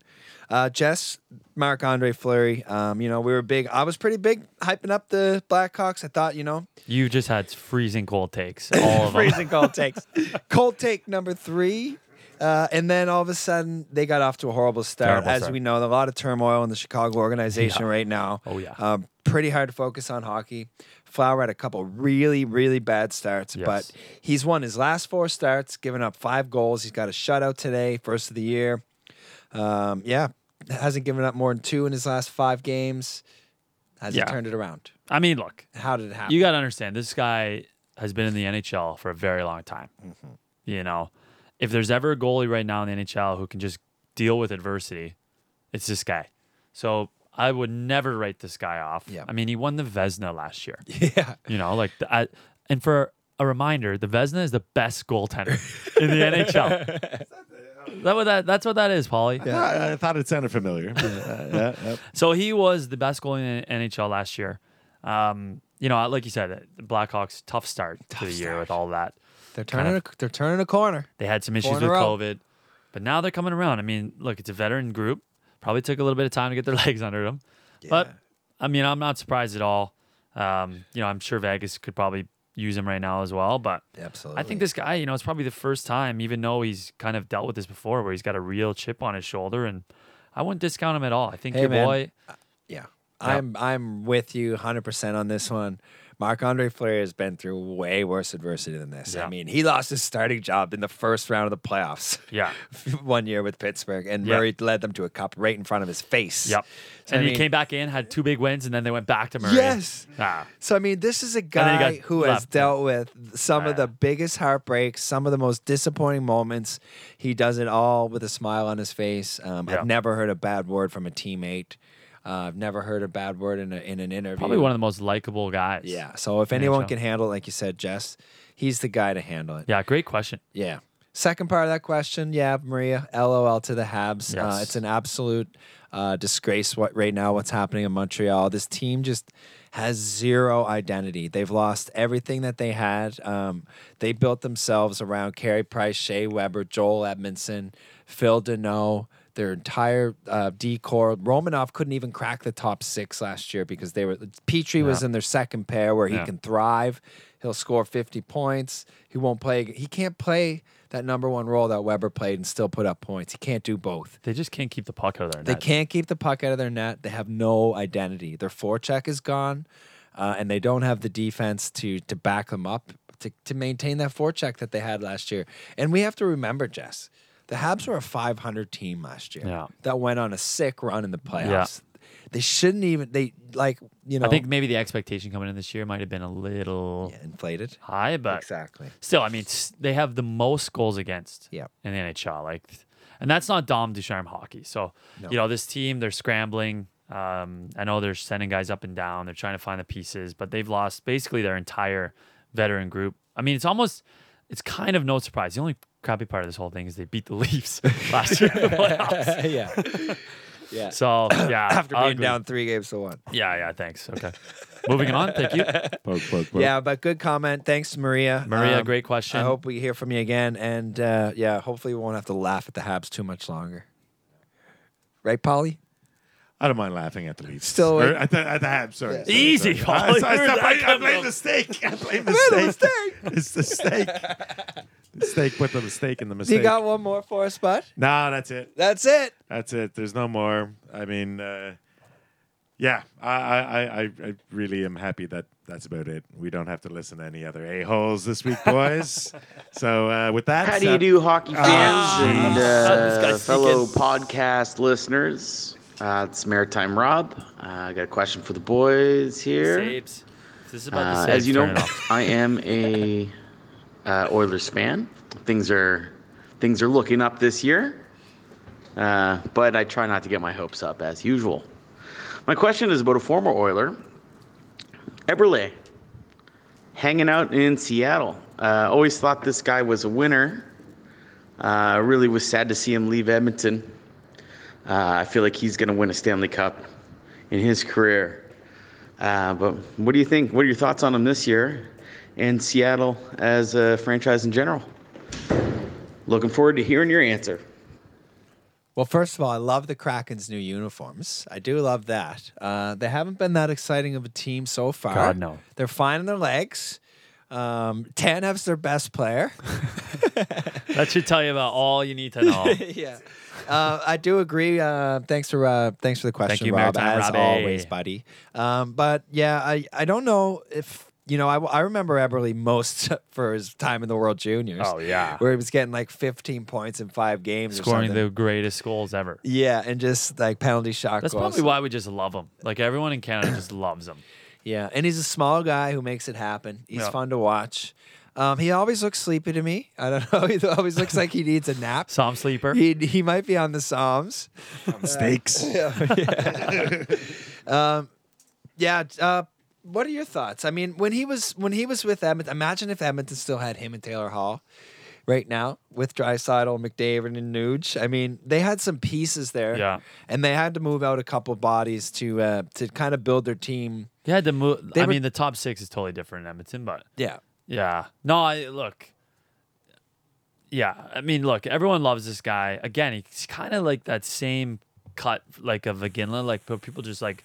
Speaker 1: Uh, Jess, Marc Andre Fleury. Um, you know, we were big. I was pretty big hyping up the Blackhawks. I thought, you know,
Speaker 2: You just had freezing cold
Speaker 1: *laughs*
Speaker 2: takes. All of them.
Speaker 1: freezing cold takes. cold take number three. Uh, and then all of a sudden, they got off to a horrible start.
Speaker 2: Terrible
Speaker 1: As
Speaker 2: start.
Speaker 1: we know, a lot of turmoil in the Chicago organization
Speaker 2: Yeah.
Speaker 1: right now.
Speaker 2: Oh, yeah.
Speaker 1: Um, pretty hard to focus on hockey. Flower had a couple really, really bad starts,
Speaker 2: Yes.
Speaker 1: but he's won his last four starts, given up five goals. He's got a shutout today, first of the year. Um, yeah, hasn't given up more than two in his last five games. Has
Speaker 2: Yeah.
Speaker 1: he turned it around?
Speaker 2: I mean, look,
Speaker 1: How did it happen?
Speaker 2: you got to understand this guy has been in the NHL for a very long time.
Speaker 1: Mm-hmm.
Speaker 2: You know, if there's ever a goalie right now in the NHL who can just deal with adversity, it's this guy. So I would never write this guy off.
Speaker 1: Yeah.
Speaker 2: I mean, he won the Vesna last year.
Speaker 1: *laughs* yeah,
Speaker 2: You know, like, the, I, and for a reminder, the Vesna is the best goaltender
Speaker 1: *laughs*
Speaker 2: in the NHL. That what that, that's what that is, Paulie.
Speaker 5: I, I thought it sounded familiar. Uh, yeah, yeah.
Speaker 2: So he was the best goalie in the NHL last year. Um, you know, like you said, the Blackhawks tough start to the year with all that.
Speaker 1: they're turning. A, they're turning a corner.
Speaker 2: They had some issues
Speaker 1: Four in
Speaker 2: with
Speaker 1: a row.
Speaker 2: COVID, but now they're coming around. I mean, look, it's a veteran group. Probably took a little bit of time to get their *laughs* legs under them, but I mean, I'm not surprised at all. Um, you know, I'm sure Vegas could probably use him right now as well, but
Speaker 1: Absolutely.
Speaker 2: I think this guy, you know, it's probably the first time, even though he's kind of dealt with this before, where he's got a real chip on his shoulder, and I wouldn't discount him at all. I think
Speaker 1: Hey,
Speaker 2: your
Speaker 1: man.
Speaker 2: boy,
Speaker 1: Yeah. I'm I'm with you 100% on this one. Marc Andre Fleury has been through way worse adversity than this. I
Speaker 2: Yeah.
Speaker 1: mean, he lost his starting job in the first round of the playoffs *laughs*
Speaker 2: yeah,
Speaker 1: one year with Pittsburgh, and
Speaker 2: Yeah.
Speaker 1: Murray led them to a cup right in front of his face.
Speaker 2: Yep.
Speaker 1: So,
Speaker 2: and
Speaker 1: I
Speaker 2: he
Speaker 1: mean-
Speaker 2: came back in, had two big wins, and then they went back to Murray.
Speaker 1: Yes.
Speaker 2: Ah,
Speaker 1: So I mean, this is a
Speaker 2: then he
Speaker 1: guy
Speaker 2: got
Speaker 1: who has
Speaker 2: left.
Speaker 1: dealt with some of the biggest heartbreaks, some of the most disappointing moments. He does it all with a smile on his face. Um,
Speaker 2: Yeah.
Speaker 1: I've never heard a bad word from a teammate. Uh, I've never heard a bad word in, a, in an interview.
Speaker 2: probably one of the most likable guys.
Speaker 1: Yeah. So if anyone
Speaker 2: NHL.
Speaker 1: can handle it, like you said, Jess, he's the guy to handle it.
Speaker 2: Yeah. Great question.
Speaker 1: Yeah. Second part of that question, yeah, Maria, LOL to the Habs. Uh,
Speaker 2: Yes.
Speaker 1: it's an absolute uh, disgrace what right now what's happening in Montreal. This team just has zero identity. They've lost everything that they had. Um, they built themselves around Carey Price, Shea Weber, Joel Edmondson, Phil Deneau. Their entire uh, decor. Romanoff couldn't even crack the top six last year because they were Petrie was in their second pair where he
Speaker 2: Yeah.
Speaker 1: can thrive. He'll score 50 points. He won't play. He can't play that number one role that Weber played and still put up points. He can't do both.
Speaker 2: They just can't keep the puck out of their
Speaker 1: They
Speaker 2: net.
Speaker 1: can't keep the puck out of their net. They have no identity. Their forecheck is gone, uh, and they don't have the defense to to back them up to, to maintain that forecheck that they had last year. And we have to remember, Jess, the Habs were a 500 team last year
Speaker 2: Yeah.
Speaker 1: that went on a sick run in the playoffs. They shouldn't even. They like you know
Speaker 2: I think maybe the expectation coming in this year might have been a little
Speaker 1: inflated.
Speaker 2: high, but
Speaker 1: Exactly.
Speaker 2: still, I mean, s- they have the most goals against
Speaker 1: Yeah.
Speaker 2: in the NHL. Like, and that's not Dom Ducharme hockey. So, you know, this team, they're scrambling. Um, I know they're sending guys up and down. They're trying to find the pieces, but they've lost basically their entire veteran group. I mean, it's almost, it's kind of no surprise. The only crappy part of this whole thing is they beat the *laughs* Leafs last year in the playoffs.
Speaker 1: *laughs* yeah.
Speaker 2: So, yeah.
Speaker 1: *coughs* After being
Speaker 2: ugly.
Speaker 1: down three games to one.
Speaker 2: Yeah, yeah, thanks. Okay. Moving on. Thank you.
Speaker 5: Poke, poke, poke.
Speaker 1: Yeah, but good comment. Thanks, Maria.
Speaker 2: Maria, great question.
Speaker 1: Um, I hope we hear from you again. And uh, yeah, hopefully we won't have to laugh at the Habs too much longer. Right, Polly?
Speaker 5: I don't mind laughing at the Leafs.
Speaker 1: Still-
Speaker 5: Or at the, at the Habs. Sorry. sorry,
Speaker 2: Easy,
Speaker 5: sorry.
Speaker 2: Paul.
Speaker 5: I, I,
Speaker 2: Where'd that
Speaker 5: I, I,
Speaker 2: come
Speaker 5: blame
Speaker 2: from?
Speaker 5: the steak.
Speaker 1: *laughs*
Speaker 5: I blame the
Speaker 1: Blame the
Speaker 5: steak. *laughs* it's the steak. The steak put the mistake in the
Speaker 1: Do
Speaker 5: mistake.
Speaker 1: you got one more for us, bud?
Speaker 5: no, that's it.
Speaker 1: That's it.
Speaker 5: That's it. There's no more. I mean, uh, yeah, I, I, I, I really am happy that that's about it. We don't have to listen to any other a-holes this week,
Speaker 1: *laughs*
Speaker 5: boys. so uh, with that,
Speaker 8: How do you
Speaker 5: uh,
Speaker 8: do, hockey fans and
Speaker 2: this
Speaker 8: uh,
Speaker 2: guy's
Speaker 8: fellow
Speaker 2: sneaking.
Speaker 8: podcast listeners? Uh, it's Maritime Rob. Uh, I got a question for the boys here.
Speaker 2: Sabes. This is about the
Speaker 8: Uh,
Speaker 2: Sabes.
Speaker 8: as you know,
Speaker 2: turning off.
Speaker 8: I am a uh, Oilers fan. Things are things are looking up this year. Uh, but I try not to get my hopes up as usual. My question is about a former Oiler, Eberle, hanging out in Seattle. Uh, always thought this guy was a winner. Uh, really was sad to see him leave Edmonton. Uh, I feel like he's going to win a Stanley Cup in his career. Uh, but what do you think? What are your thoughts on him this year and Seattle as a franchise in general? Looking forward to hearing your answer.
Speaker 1: Well, first of all, I love the Kraken's new uniforms. I do love that. Uh, they haven't been that exciting of a team so far.
Speaker 2: God, no.
Speaker 1: They're finding their legs. Um, Tanev's their best
Speaker 2: *laughs*
Speaker 1: player.
Speaker 2: That should tell you about all you need to
Speaker 1: *laughs*
Speaker 2: know.
Speaker 1: yeah. Uh, I do agree. Uh, thanks for uh, thanks for the question,
Speaker 2: you,
Speaker 1: Rob.
Speaker 2: Maritime
Speaker 1: as
Speaker 2: Robbie.
Speaker 1: always, buddy. Um, but yeah, I, I don't know if you know. I, I remember Eberly most *laughs* for his time in the World Juniors.
Speaker 2: Oh, yeah.
Speaker 1: where he was getting like 15 points in five games, or
Speaker 2: *laughs* Scoring
Speaker 1: something.
Speaker 2: the greatest goals ever.
Speaker 1: yeah, and just like penalty shot
Speaker 2: That's
Speaker 1: goals.
Speaker 2: probably why we just love him. Like everyone in Canada just loves him.
Speaker 1: Yeah, and he's a small guy who makes it happen. He's
Speaker 2: Yeah.
Speaker 1: fun to watch. Um, he always looks sleepy to me. I don't *laughs* know. He always looks like he needs a nap.
Speaker 2: Psalm sleeper.
Speaker 1: He he might be on the Psalms. *laughs*
Speaker 9: Snakes.
Speaker 1: Yeah. Uh, what are your thoughts? I mean, when he was when he was with Edmonton, imagine if Edmonton still had him and Taylor Hall right now with Drysidle, McDavid, and Nuge. I mean, they had some pieces there.
Speaker 2: Yeah.
Speaker 1: And they had to move out a couple bodies to uh, to kind of build their team.
Speaker 2: Yeah, the mo-
Speaker 1: They
Speaker 2: I
Speaker 1: were-
Speaker 2: mean, the top six is totally different in Edmonton, but
Speaker 1: Yeah.
Speaker 2: yeah. No, I look. Yeah, I mean, look, everyone loves this guy. Again, he's kind of like that same cut, like of Vaginla. Like but people just like,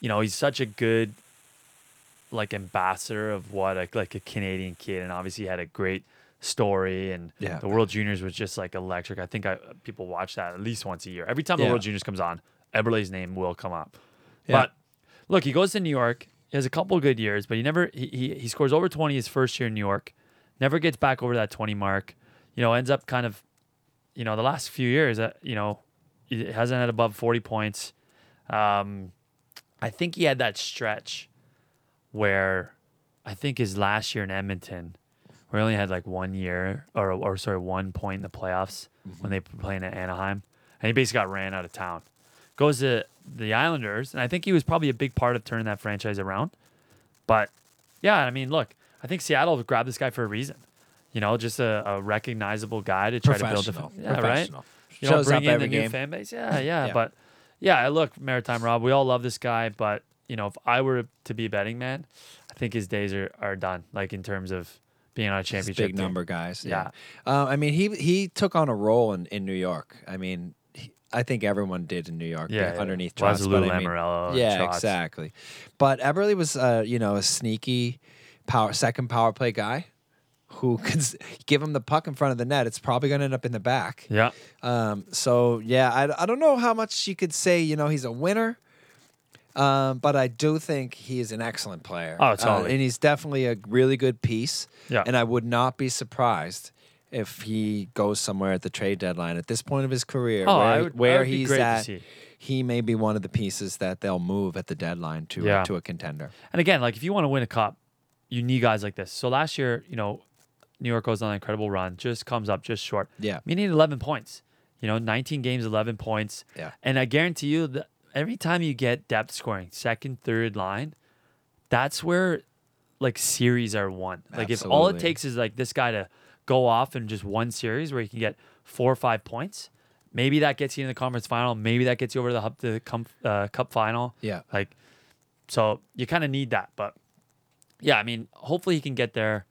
Speaker 2: you know, he's such a good, like ambassador of what a, like a Canadian kid, and obviously he had a great story. And
Speaker 1: Yeah.
Speaker 2: the World Juniors was just like electric. I think I people watch that at least once a year. Every time
Speaker 1: Yeah.
Speaker 2: the World Juniors comes on, Eberle's name will come up.
Speaker 1: Yeah.
Speaker 2: But look, he goes to New York. He has a couple of good years, but he never he, he he scores over twenty his first year in New York. Never gets back over that twenty mark. You know, ends up kind of, you know, the last few years, uh, you know, he hasn't had above forty points. Um, I think he had that stretch where I think his last year in Edmonton, we only had like one year or or sorry one point in the playoffs
Speaker 1: Mm-hmm.
Speaker 2: when they were playing at Anaheim, and he basically got ran out of town. Goes to the Islanders, and I think he was probably a big part of turning that franchise around. But yeah, I mean, look, I think Seattle grabbed this guy for a reason. You know, just a, a recognizable guy to try to build
Speaker 1: Professional.
Speaker 2: a yeah, right.
Speaker 1: Professional.
Speaker 2: You know,
Speaker 1: Shows
Speaker 2: bring
Speaker 1: up
Speaker 2: in
Speaker 1: every
Speaker 2: the new
Speaker 1: game.
Speaker 2: fan base. Yeah, yeah,
Speaker 1: Yeah.
Speaker 2: But yeah, I look, Maritime Rob, we all love this guy, but you know, if I were to be a betting man, I think his days are, are done. Like in terms of being on a
Speaker 1: These
Speaker 2: championship
Speaker 1: big
Speaker 2: team.
Speaker 1: number guys. Yeah, Uh, I mean he he took on a role in, in New York. I mean, he, I think everyone did in New York.
Speaker 2: Yeah, yeah.
Speaker 1: underneath
Speaker 2: Lazarou,
Speaker 1: Trotz, but I mean,
Speaker 2: Lamorello, and
Speaker 1: yeah,
Speaker 2: Trotz.
Speaker 1: exactly. But Eberle was uh, you know a sneaky power second power play guy who could s- give him the puck in front of the net. It's probably going to end up in the back.
Speaker 2: Yeah,
Speaker 1: Um, so yeah, I, I don't know how much you could say. You know, he's a winner. Um, but I do think he is an excellent player.
Speaker 2: Oh, totally.
Speaker 1: Uh, and he's definitely a really good piece.
Speaker 2: Yeah.
Speaker 1: And I would not be surprised if he goes somewhere at the trade deadline at this point of his career,
Speaker 2: Oh,
Speaker 1: where,
Speaker 2: I would- I
Speaker 1: where
Speaker 2: would be
Speaker 1: he's
Speaker 2: great to
Speaker 1: at.
Speaker 2: see.
Speaker 1: He may be one of the pieces that they'll move at the deadline to uh,
Speaker 2: Yeah.
Speaker 1: to a contender.
Speaker 2: and again, like if you want to win a cup, you need guys like this. So last year, you know, New York goes on an incredible run, just comes up just short.
Speaker 1: Yeah.
Speaker 2: we need 11 points. You know, 19 games, 11 points.
Speaker 1: Yeah.
Speaker 2: and I guarantee you that every time you get depth scoring, second, third line, that's where like series are won. Like if all it
Speaker 1: Absolutely.
Speaker 2: takes is like this guy to go off in just one series where he can get four or five points, maybe that gets you in the conference final. Maybe that gets you over to the hub, the com- uh, cup final.
Speaker 1: Yeah.
Speaker 2: like so you kind of need that. But yeah, I mean, hopefully he can get there.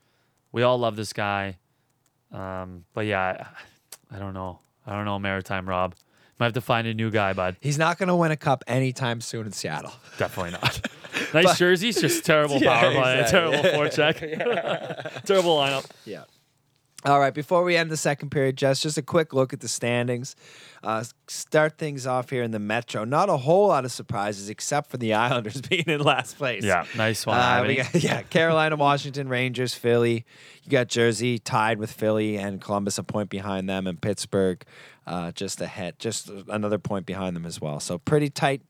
Speaker 2: We all love this guy. Um, but yeah, I, I don't know. I don't know, Maritime Rob. Might have to find a new guy, bud.
Speaker 1: He's not going to win a cup anytime soon in Seattle.
Speaker 2: Definitely
Speaker 1: *laughs*
Speaker 2: not. nice jerseys, just terrible power play, terrible
Speaker 1: *laughs*
Speaker 2: forecheck, terrible lineup.
Speaker 1: Yeah. All right. Before we end the second period, Jess, just a quick look at the standings. Uh, start things off here in the Metro. Not a whole lot of surprises, except for the *laughs* Islanders being in last place.
Speaker 2: Yeah, nice one.
Speaker 1: Uh, we
Speaker 2: Ivany.
Speaker 1: got, *laughs* yeah, Carolina, Washington, Rangers, Philly. You got Jersey tied with Philly and Columbus, a point behind them, and Pittsburgh uh, just ahead, just another point behind them as well. So pretty tight,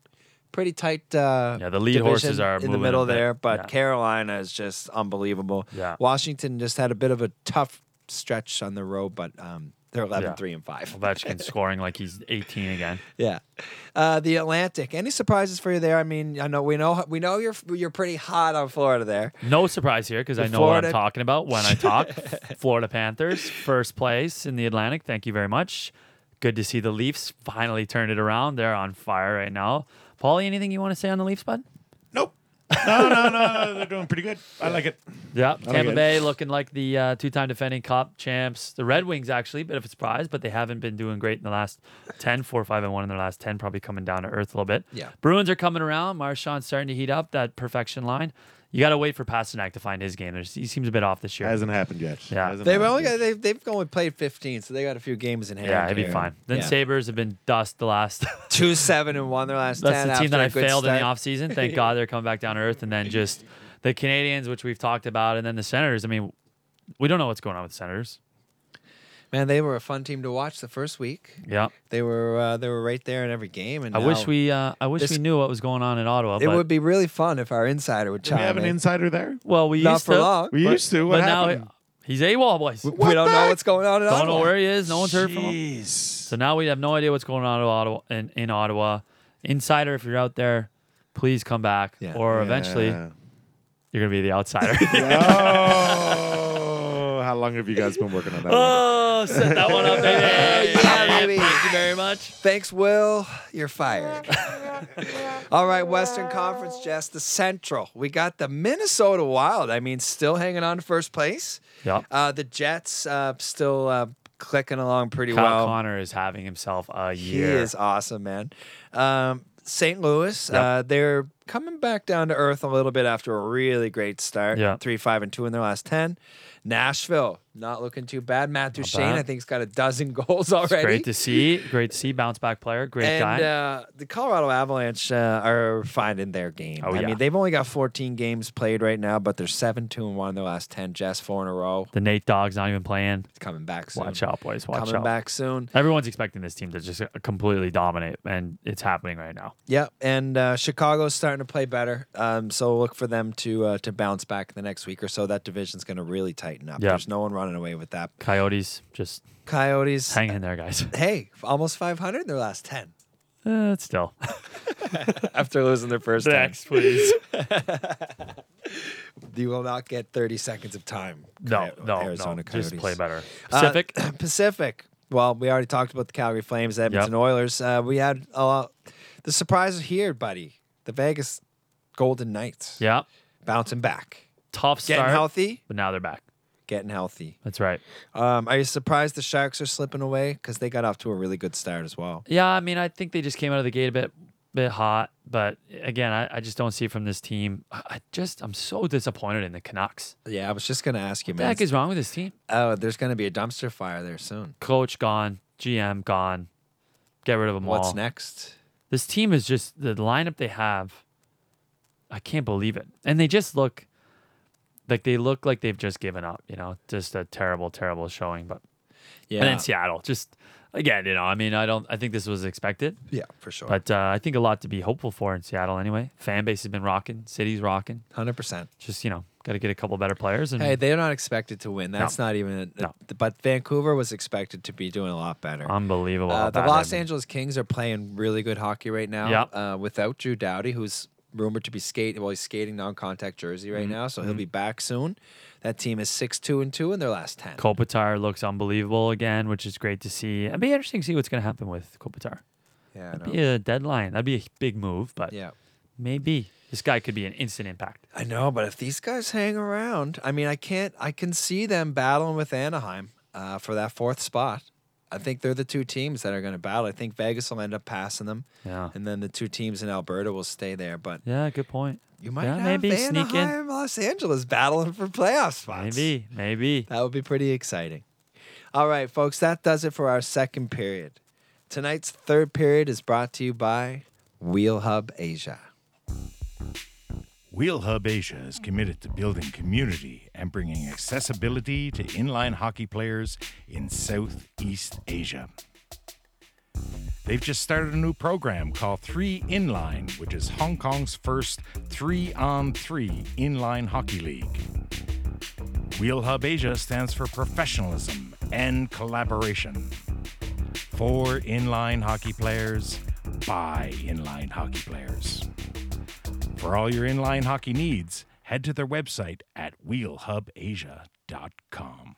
Speaker 1: pretty tight. Uh,
Speaker 2: Yeah, the lead
Speaker 1: division
Speaker 2: horses are
Speaker 1: in the
Speaker 2: moving a
Speaker 1: middle
Speaker 2: bit.
Speaker 1: there, but
Speaker 2: Yeah.
Speaker 1: Carolina is just unbelievable.
Speaker 2: Yeah.
Speaker 1: Washington just had a bit of a tough stretch on the road, but um, They're 11,
Speaker 2: Yeah.
Speaker 1: 3, and 5.
Speaker 2: Ovechkin scoring like he's 18 again.
Speaker 1: Yeah. Uh, the Atlantic. Any surprises for you there? I mean, I know we know we know you're you're pretty hot on Florida there.
Speaker 2: No surprise here because I know what
Speaker 1: Florida-
Speaker 2: I'm talking about when I talk. Florida Panthers, first place in the Atlantic. Thank you very much. Good to see the Leafs finally turned it around. They're on fire right now. Paulie, anything you want to say on the Leafs, bud?
Speaker 5: Nope. No, no, no. They're doing pretty good. I like it.
Speaker 2: Yeah, Tampa
Speaker 5: good.
Speaker 2: Bay looking like the uh, two-time defending Cup champs. The Red Wings actually, bit of a surprise, but they haven't been doing great in the last 10, 4, 5, and 1 in their last 10, probably coming down to earth a little bit.
Speaker 1: Yeah.
Speaker 2: Bruins are coming around. Marshawn's starting to heat up that perfection line. You got to wait for Pasternak to find his game. There's, he seems a bit off this year.
Speaker 5: Hasn't happened yet.
Speaker 2: Yeah.
Speaker 5: Hasn't
Speaker 1: They've
Speaker 5: happened
Speaker 1: only
Speaker 5: yet.
Speaker 1: got, they've, they've only played 15, so they got a few games in hand.
Speaker 2: yeah, it'd be
Speaker 1: here.
Speaker 2: fine. Then
Speaker 1: Yeah.
Speaker 2: Sabres have been dust the last. *laughs*
Speaker 1: two seven and one their last
Speaker 2: That's
Speaker 1: ten.
Speaker 2: the team
Speaker 1: after
Speaker 2: that
Speaker 1: a
Speaker 2: I
Speaker 1: good
Speaker 2: failed in the
Speaker 1: start. *laughs*
Speaker 2: offseason. Thank God they're coming back down to earth. And then just the Canadians, which we've talked about, and then the Senators. I mean, we don't know what's going on with the Senators.
Speaker 1: Man, they were a fun team to watch the first week.
Speaker 2: Yeah.
Speaker 1: They were uh, they were right there in every game. And
Speaker 2: I
Speaker 1: now-
Speaker 2: wish we uh, I wish
Speaker 1: This-
Speaker 2: we knew what was going on in Ottawa.
Speaker 1: It
Speaker 2: but,
Speaker 1: would be really fun if our insider would
Speaker 5: Do
Speaker 1: chime
Speaker 5: we have an
Speaker 1: in.
Speaker 5: insider there?
Speaker 2: well, we
Speaker 1: Not
Speaker 2: used
Speaker 1: for
Speaker 2: to,
Speaker 1: long.
Speaker 5: We
Speaker 1: but-
Speaker 5: used to. What
Speaker 2: but now
Speaker 5: happened?
Speaker 2: he- he's AWOL, boys.
Speaker 1: we don't know what's going on at all.
Speaker 2: Don't know where he is. No one's heard from him.
Speaker 5: Jeez.
Speaker 2: So now we have no idea what's going on in Ottawa. In, in Ottawa, insider, if you're out there, please come back,
Speaker 1: Yeah.
Speaker 2: or eventually
Speaker 5: *laughs* Yeah.
Speaker 2: you're gonna be the outsider.
Speaker 1: *laughs*
Speaker 5: oh, how long have you guys been working on that? one?
Speaker 2: oh, set that one up, baby.
Speaker 1: Yeah, baby.
Speaker 2: Thank you very much.
Speaker 1: Thanks, Will. You're fired. *laughs* All right, Western Conference, Jess, the Central. We got the Minnesota Wild. I mean, still hanging on to first place.
Speaker 2: Yeah.
Speaker 1: Uh, the Jets uh, still uh, clicking along pretty
Speaker 2: Kyle
Speaker 1: well.
Speaker 2: Connor is having himself a
Speaker 1: He
Speaker 2: year.
Speaker 1: is awesome, man. Um, St. Louis, uh, they're coming back down to earth a little bit after a really great start.
Speaker 2: Yeah.
Speaker 1: Three, five, and two in their last 10. Nashville, not looking too bad. Matt Duchene,
Speaker 2: bad.
Speaker 1: I think, has got a dozen *laughs* goals already.
Speaker 2: It's great to see. Great to see. Bounce back player. Great
Speaker 1: and
Speaker 2: guy.
Speaker 1: uh, the Colorado Avalanche uh, are finding their game.
Speaker 2: Oh,
Speaker 1: I
Speaker 2: yeah.
Speaker 1: mean, they've only got 14 games played right now, but they're 7 2 and 1 in their last 10. Jess, four in a row.
Speaker 2: the Nate Dog's not even playing.
Speaker 1: It's coming back soon.
Speaker 2: Watch out, boys. Watch
Speaker 1: coming
Speaker 2: out.
Speaker 1: back soon.
Speaker 2: Everyone's expecting this team to just completely dominate, and it's happening right now.
Speaker 1: Yep, and uh, Chicago's starting to play better. Um, so look for them to uh, to bounce back the next week or so. That division's going to really tighten up.
Speaker 2: Yeah.
Speaker 1: There's no one running away with that.
Speaker 2: Coyotes, just
Speaker 1: Coyotes.
Speaker 2: hang in there, guys.
Speaker 1: Hey, almost 500 in their last 10
Speaker 2: Uh, it's still.
Speaker 1: *laughs* after losing their first 10.
Speaker 2: please.
Speaker 1: You will not get 30 seconds of time.
Speaker 2: *laughs* No,
Speaker 1: Coyo-
Speaker 2: no, no. Just play better. Pacific.
Speaker 1: Uh, *clears throat* Pacific. Well, we already talked about the Calgary Flames, Edmonton
Speaker 2: Yep.
Speaker 1: Oilers. Uh, we had uh, the surprise here, buddy. The Vegas Golden Knights
Speaker 2: yeah.
Speaker 1: bouncing back,
Speaker 2: Tough
Speaker 1: getting
Speaker 2: start.
Speaker 1: healthy,
Speaker 2: But now they're back.
Speaker 1: getting healthy.
Speaker 2: That's right.
Speaker 1: Um, are you surprised the Sharks are slipping away because they got off to a really good start as well?
Speaker 2: Yeah, I mean, I think they just came out of the gate a bit, bit hot. But again, I, I just don't see it from this team. I I just, I'm so disappointed in the Canucks.
Speaker 1: Yeah, I was just gonna ask you,
Speaker 2: What the
Speaker 1: man.
Speaker 2: heck is wrong with this team?
Speaker 1: oh, there's gonna be a dumpster fire there soon.
Speaker 2: Coach gone, GM gone. Get rid of them all.
Speaker 1: What's next?
Speaker 2: This team is just the lineup they have. I can't believe it, and they just look like they look like they've just given up. You know, just a terrible, terrible showing. But
Speaker 1: Yeah,
Speaker 2: and then Seattle, just again, you know, I mean, I don't, I think this was expected,
Speaker 1: yeah, for sure,
Speaker 2: but uh, I think a lot to be hopeful for in Seattle anyway. Fan base has been rocking, city's rocking.
Speaker 1: hundred percent.
Speaker 2: Just you know, got to get a couple better players, and
Speaker 1: Hey, they're not expected to win. That's not even.
Speaker 2: No.
Speaker 1: But Vancouver was expected to be doing a lot better.
Speaker 2: unbelievable.
Speaker 1: Uh,
Speaker 2: how
Speaker 1: the
Speaker 2: bad
Speaker 1: Los
Speaker 2: they've been.
Speaker 1: Angeles Kings are playing really good hockey right now.
Speaker 2: Yep.
Speaker 1: Uh, without Drew Doughty, who's rumored to be skating, well, he's skating non-contact jersey
Speaker 2: Mm-hmm.
Speaker 1: right now, so he'll be back soon. That team is six two and two in their last ten.
Speaker 2: Kopitar looks unbelievable again, which is great to see. It'd be interesting to see what's going to happen with Kopitar.
Speaker 1: Yeah, I know.
Speaker 2: Be a deadline. That'd be a big move, but
Speaker 1: yeah.
Speaker 2: maybe this guy could be an instant impact.
Speaker 1: I know, but if these guys hang around, I mean, I can't. I can see them battling with Anaheim uh, for that fourth spot. I think they're the two teams that are going to battle. I think Vegas will end up passing them,
Speaker 2: Yeah.
Speaker 1: and then the two teams in Alberta will stay there. But
Speaker 2: Yeah, good point.
Speaker 1: you might
Speaker 2: yeah,
Speaker 1: have
Speaker 2: maybe
Speaker 1: Anaheim,
Speaker 2: sneak in.
Speaker 1: Los Angeles battling for playoff spots.
Speaker 2: Maybe, maybe.
Speaker 1: That would be pretty exciting. All right, folks, that does it for our second period. Tonight's third period is brought to you by Wheel Hub Asia.
Speaker 3: Wheel Hub Asia is committed to building community and bringing accessibility to inline hockey players in Southeast Asia. They've just started a new program called Three Inline, which is Hong Kong's first three on three inline hockey league. Wheel Hub Asia stands for professionalism and collaboration. For inline hockey players, by inline hockey players. For all your inline hockey needs, head to their website at wheelhubasia.com.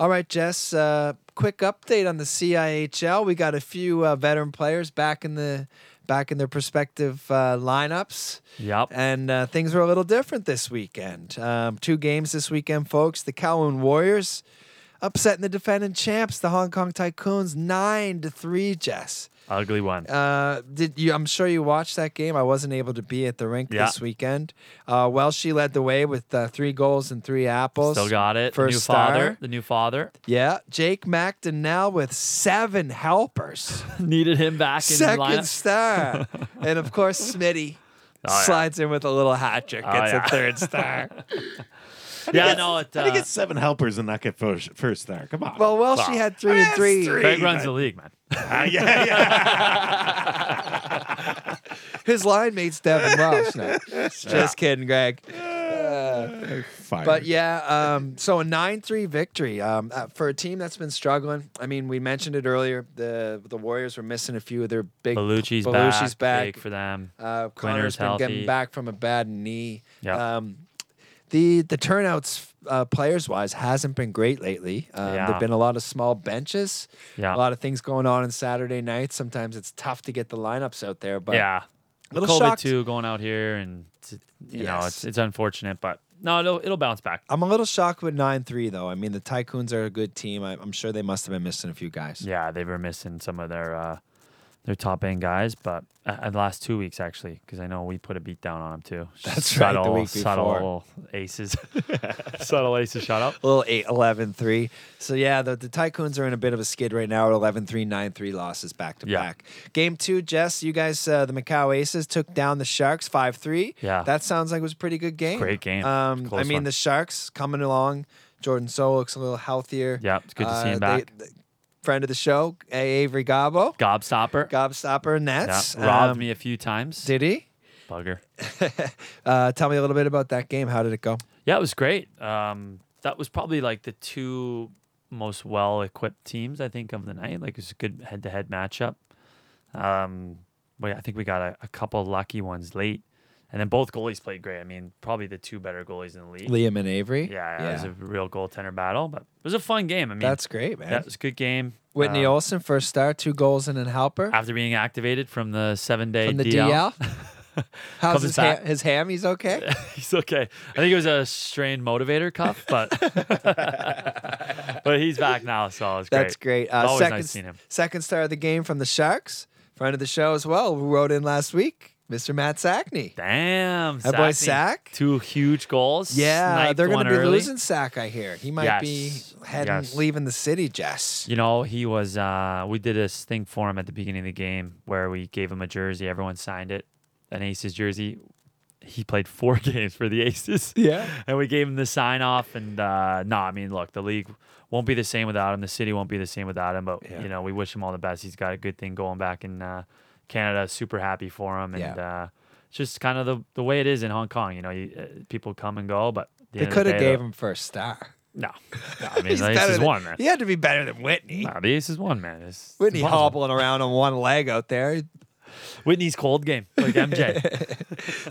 Speaker 1: All right, Jess. Uh, quick update on the CIHL. We got a few uh, veteran players back in the back in their prospective uh, lineups.
Speaker 2: Yep.
Speaker 1: And uh, things were a little different this weekend. Um, two games this weekend, folks. The Kowloon Warriors upsetting the defending champs, the Hong Kong Tycoons, nine to three. Jess.
Speaker 2: Ugly one.
Speaker 1: Uh, did you? I'm sure you watched that game. I wasn't able to be at the rink
Speaker 2: Yeah.
Speaker 1: this weekend. Uh, well, she led the way with uh, three goals and three apples.
Speaker 2: Still got it.
Speaker 1: First
Speaker 2: new
Speaker 1: star.
Speaker 2: father. The new father *laughs*
Speaker 1: Yeah, Jake McDonnell with seven
Speaker 2: *laughs*
Speaker 1: helpers,
Speaker 2: needed him back in the
Speaker 1: second
Speaker 2: lineup.
Speaker 1: star, and of course Smitty
Speaker 2: *laughs* Oh, yeah.
Speaker 1: slides in with a little hat trick,
Speaker 2: Oh,
Speaker 1: gets
Speaker 2: yeah.
Speaker 1: a third
Speaker 2: *laughs*
Speaker 1: star.
Speaker 2: Yeah, no, it.
Speaker 5: How do you
Speaker 2: Uh,
Speaker 5: get seven helpers and not get first, first star? Come on.
Speaker 1: well, well, she
Speaker 2: Wow.
Speaker 1: had three
Speaker 5: I mean,
Speaker 1: and
Speaker 5: that's
Speaker 1: three.
Speaker 5: three.
Speaker 2: Craig runs the league, man.
Speaker 5: Ah, yeah, *laughs* yeah.
Speaker 1: His line mate's Devin
Speaker 2: *laughs*
Speaker 1: Welsh. No, just kidding, Greg.
Speaker 5: Fine.
Speaker 1: But yeah, um, so a nine three victory um, uh, for a team that's been struggling. I mean, we mentioned it earlier. The the Warriors were missing a few of their big.
Speaker 2: Belucci's,
Speaker 1: Bellucci's
Speaker 2: back. Big for them.
Speaker 1: Uh, Connor's
Speaker 2: Quinter's
Speaker 1: been getting
Speaker 2: healthy.
Speaker 1: back from a bad knee.
Speaker 2: Yeah.
Speaker 1: Um, the the turnouts uh, players wise hasn't been great lately. Um,
Speaker 2: Yeah.
Speaker 1: There've been a lot of small benches.
Speaker 2: Yeah.
Speaker 1: A lot of things going on on Saturday nights. Sometimes it's tough to get the lineups out there. But
Speaker 2: yeah.
Speaker 1: little
Speaker 2: COVID
Speaker 1: shocked.
Speaker 2: too going out here, and it's, you know
Speaker 1: Yes.
Speaker 2: it's it's unfortunate, but no, it'll it'll bounce back.
Speaker 1: I'm a little shocked with nine three though. I mean, the Tycoons are a good team. I, I'm sure they must have been missing a few guys.
Speaker 2: Yeah, they were missing some of their uh, their top end guys, but uh, uh, the last two weeks actually, because I know we put a beat down on them too.
Speaker 1: That's right, the week
Speaker 2: subtle
Speaker 1: *laughs*
Speaker 2: aces, subtle aces. Shut up.
Speaker 1: A little 8 11 3. So, yeah, the, the Tycoons are in a bit of a skid right now at 11 3, 9 3 losses back to
Speaker 2: Yeah.
Speaker 1: back. Game two, Jess, you guys, uh, the Macau Aces took down the Sharks 5 3.
Speaker 2: Yeah.
Speaker 1: That sounds like it was a pretty good game.
Speaker 2: Great game.
Speaker 1: Um,
Speaker 2: Close
Speaker 1: I mean,
Speaker 2: one.
Speaker 1: the Sharks coming along. Jordan So looks a little healthier.
Speaker 2: Yeah, it's good to
Speaker 1: Uh,
Speaker 2: see him back.
Speaker 1: the- friend of the show, A. Avery Gobbo,
Speaker 2: Gobstopper.
Speaker 1: Gobstopper
Speaker 2: yeah,
Speaker 1: Nets.
Speaker 2: robbed
Speaker 1: Um,
Speaker 2: me a few times.
Speaker 1: Did he?
Speaker 2: Bugger.
Speaker 1: Uh, tell me a little bit about that game. How did it go?
Speaker 2: Yeah, it was great. Um, that was probably like the two most well equipped teams I think of the night. Like it was a good head to head matchup. Um, but I think we got a, a couple lucky ones late, and then both goalies played great. I mean, probably the two better goalies in the league.
Speaker 1: Liam and Avery?
Speaker 2: Yeah, yeah, it was a real goaltender battle, but it was a fun game. I mean,
Speaker 1: That's great, man.
Speaker 2: that was a good game.
Speaker 1: Whitney
Speaker 2: Um,
Speaker 1: Olsen, first star, two goals and an helper.
Speaker 2: after being activated from the seven day
Speaker 1: from the
Speaker 2: DL,
Speaker 1: DL.
Speaker 2: *laughs*
Speaker 1: How's
Speaker 2: Comes
Speaker 1: his, ha-
Speaker 2: back.
Speaker 1: his ham? He's
Speaker 2: *laughs*
Speaker 1: okay.
Speaker 2: he's okay. I think it was a strained motivator cuff, but but he's back now, so it's great.
Speaker 1: That's great. Uh,
Speaker 2: It's always
Speaker 1: second,
Speaker 2: nice seeing him.
Speaker 1: second star of the game from the Sharks, friend of the show as well, who wrote in last week, Mr. Matt Sackney.
Speaker 2: Damn,
Speaker 1: That boy
Speaker 2: Sackney.
Speaker 1: Sack?
Speaker 2: Two huge goals.
Speaker 1: Yeah,
Speaker 2: Sniped
Speaker 1: they're going
Speaker 2: one
Speaker 1: to be
Speaker 2: early.
Speaker 1: losing Sack. I hear he might be
Speaker 2: Yes,
Speaker 1: heading
Speaker 2: yes.
Speaker 1: leaving the city. Jess.
Speaker 2: You know, he was. Uh, we did this thing for him at the beginning of the game where we gave him a jersey. Everyone signed it, an Aces jersey. He played four *laughs* games for the Aces.
Speaker 1: Yeah.
Speaker 2: and we gave him the sign off. And uh, no, I mean, look, the league won't be the same without him. The city won't be the same without him. But you know, we wish him all the best. He's got a good thing going back in uh, Canada. Super happy for him. And
Speaker 1: Yeah.
Speaker 2: uh, it's just kind of the the way it is in Hong Kong. You know, you, uh, people come and go, but at the
Speaker 1: They
Speaker 2: end of
Speaker 1: could
Speaker 2: the
Speaker 1: have
Speaker 2: day,
Speaker 1: gave
Speaker 2: though-
Speaker 1: him first star.
Speaker 2: No,
Speaker 1: *laughs*
Speaker 2: no I mean,
Speaker 1: He's
Speaker 2: the
Speaker 1: better
Speaker 2: Aces
Speaker 1: than-
Speaker 2: won, man.
Speaker 1: He had to be better than Whitney.
Speaker 2: Nah, the Aces won, man. It's
Speaker 1: Whitney
Speaker 2: impossible.
Speaker 1: hobbling around on one leg out there.
Speaker 2: Whitney's cold game,
Speaker 1: *laughs*
Speaker 2: like MJ.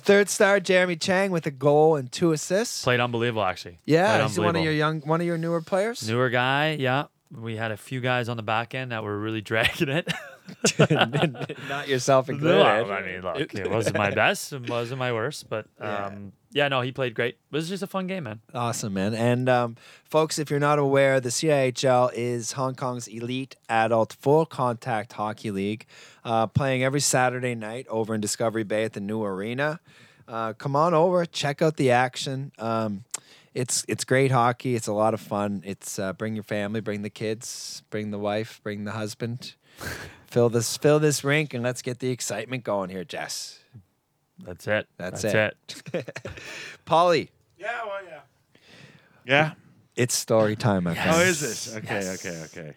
Speaker 1: Third star, Jeremy Chang with a goal and two assists.
Speaker 2: Played unbelievable, actually. Played
Speaker 1: yeah, he's one of
Speaker 2: unbelievable.
Speaker 1: your young, one of your newer players.
Speaker 2: newer guy. Yeah, we had a few guys on the back end that were really *laughs* dragging it.
Speaker 1: *laughs* Not
Speaker 2: *laughs*
Speaker 1: yourself included.
Speaker 2: Well, I mean, look, *laughs* it wasn't my best, it wasn't my worst, but um, yeah, no, he played great. It was just a fun game, man.
Speaker 1: Awesome, man. And um, folks, if you're not aware, the CIHL is Hong Kong's elite adult full contact hockey league, uh, playing every Saturday night over in Discovery Bay at the new arena. Uh, come on over, check out the action. Um, it's it's great hockey. It's a lot of fun. It's uh, bring your family, bring the kids, bring the wife, bring the husband. fill this fill this rink and let's get the excitement going here, Jess.
Speaker 2: That's it.
Speaker 1: That's
Speaker 2: it.
Speaker 1: *laughs* Polly,
Speaker 3: Yeah, well, yeah.
Speaker 5: yeah.
Speaker 1: it's story time, my friend.
Speaker 5: Oh, is this? Okay, okay, okay.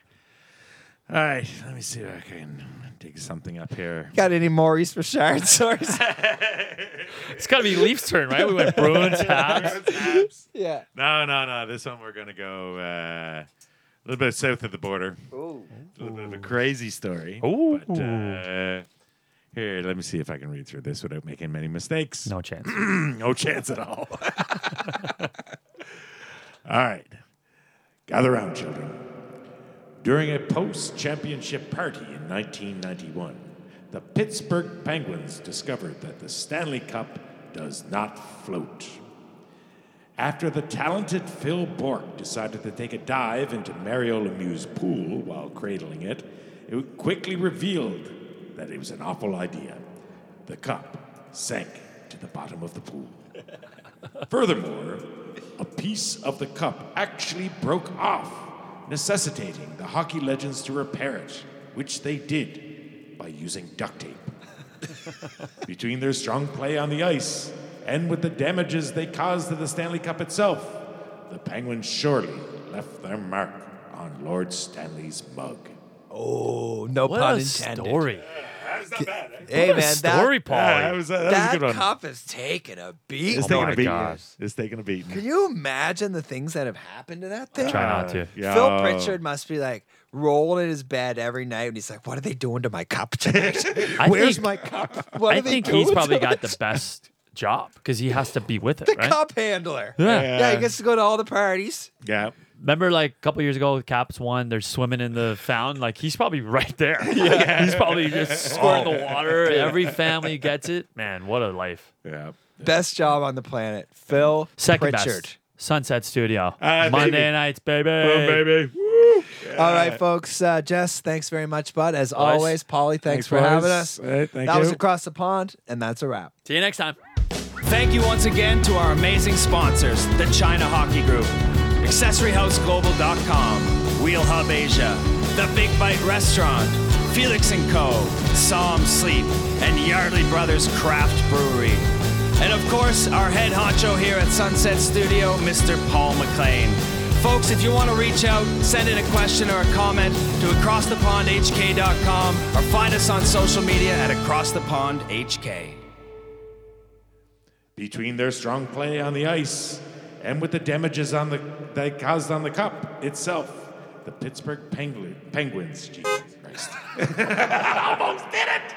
Speaker 5: All right. Let me see what I can dig something up here.
Speaker 1: Got any more East Shire *laughs* stories?
Speaker 2: *laughs* It's got to be Leafs' turn, right? We went *laughs* Bruins, Habs.
Speaker 5: Perhaps.
Speaker 1: yeah.
Speaker 5: no, no, no. This one we're gonna go uh, a little bit south of the border. A little bit of a crazy story.
Speaker 2: Ooh.
Speaker 5: But, uh, here, let me see if I can read through this without making many mistakes.
Speaker 2: No chance.
Speaker 5: no chance at all. *laughs* all right. Gather round, children. During a post championship party in 1991, the Pittsburgh Penguins discovered that the Stanley Cup does not float. After the talented Phil Bork decided to take a dive into Mario Lemieux's pool while cradling it, it quickly revealed that it was an awful idea. The cup sank to the bottom of the pool. Furthermore, a piece of the cup actually broke off, necessitating the hockey legends to repair it, which they did by using duct tape. *laughs* Between their strong play on the ice and with the damages they caused to the Stanley Cup itself, the Penguins surely left their mark on Lord Stanley's mug.
Speaker 1: Oh, no
Speaker 2: What
Speaker 1: pun
Speaker 2: a
Speaker 1: intended.
Speaker 2: story.
Speaker 3: That's not bad. eh?
Speaker 1: Hey
Speaker 2: What a
Speaker 1: man,
Speaker 2: story, Paul.
Speaker 1: that, that cop is taking a beat.
Speaker 2: It's Oh taking my a beating. gosh.
Speaker 5: It's taking a beating.
Speaker 1: Can you imagine the things that have happened to that thing?
Speaker 2: Try not to.
Speaker 1: Phil Pritchard must be like rolling in his bed every night, and he's like, "What are they doing to my cup *laughs* tonight?
Speaker 2: *laughs* I
Speaker 1: Where's
Speaker 2: think-
Speaker 1: my cup? What
Speaker 2: I
Speaker 1: are they
Speaker 2: think
Speaker 1: doing
Speaker 2: he's probably
Speaker 1: to
Speaker 2: got *laughs*
Speaker 1: it?"
Speaker 2: the best job because he has to be with
Speaker 1: *laughs*
Speaker 2: it,
Speaker 1: the
Speaker 2: right?
Speaker 1: cup handler.
Speaker 2: Yeah.
Speaker 1: yeah, he gets to go to all the parties.
Speaker 5: Yeah.
Speaker 2: Remember, like a couple years ago, Caps won. They're swimming in the fountain. Like he's probably right *laughs* there. he's probably just squirting the water. Every family gets it. Man, what a life!
Speaker 5: Yeah.
Speaker 1: Best job on the planet, Phil
Speaker 2: Second
Speaker 1: Pritchard.
Speaker 2: best. Sunset Studio.
Speaker 5: Ah,
Speaker 2: Monday
Speaker 5: baby.
Speaker 2: nights, baby.
Speaker 5: baby.
Speaker 1: All right, folks. Uh, Jess, thanks very much, bud. As always, Polly, thanks, for
Speaker 5: boys.
Speaker 1: having us.
Speaker 5: Hey, thank
Speaker 1: that was
Speaker 5: you.
Speaker 1: across the pond, and that's a wrap.
Speaker 2: See you next time.
Speaker 9: Thank you once again to our amazing sponsors, the China Hockey Group, AccessoryHouseGlobal.com, Wheel Hub Asia, The Big Bite Restaurant, Felix & Co., Psalm Sleep, and Yardley Brothers Craft Brewery. And of course, our head honcho here at Sunset Studio, Mr. Paul McLean. Folks, if you want to reach out, send in a question or a comment to AcrossThePondHK.com or find us on social media at AcrossThePondHK.
Speaker 5: Between their strong play on the ice and with the damages on the they caused on the cup itself, the Pittsburgh Penguin, Penguins, Jesus Christ, almost did it.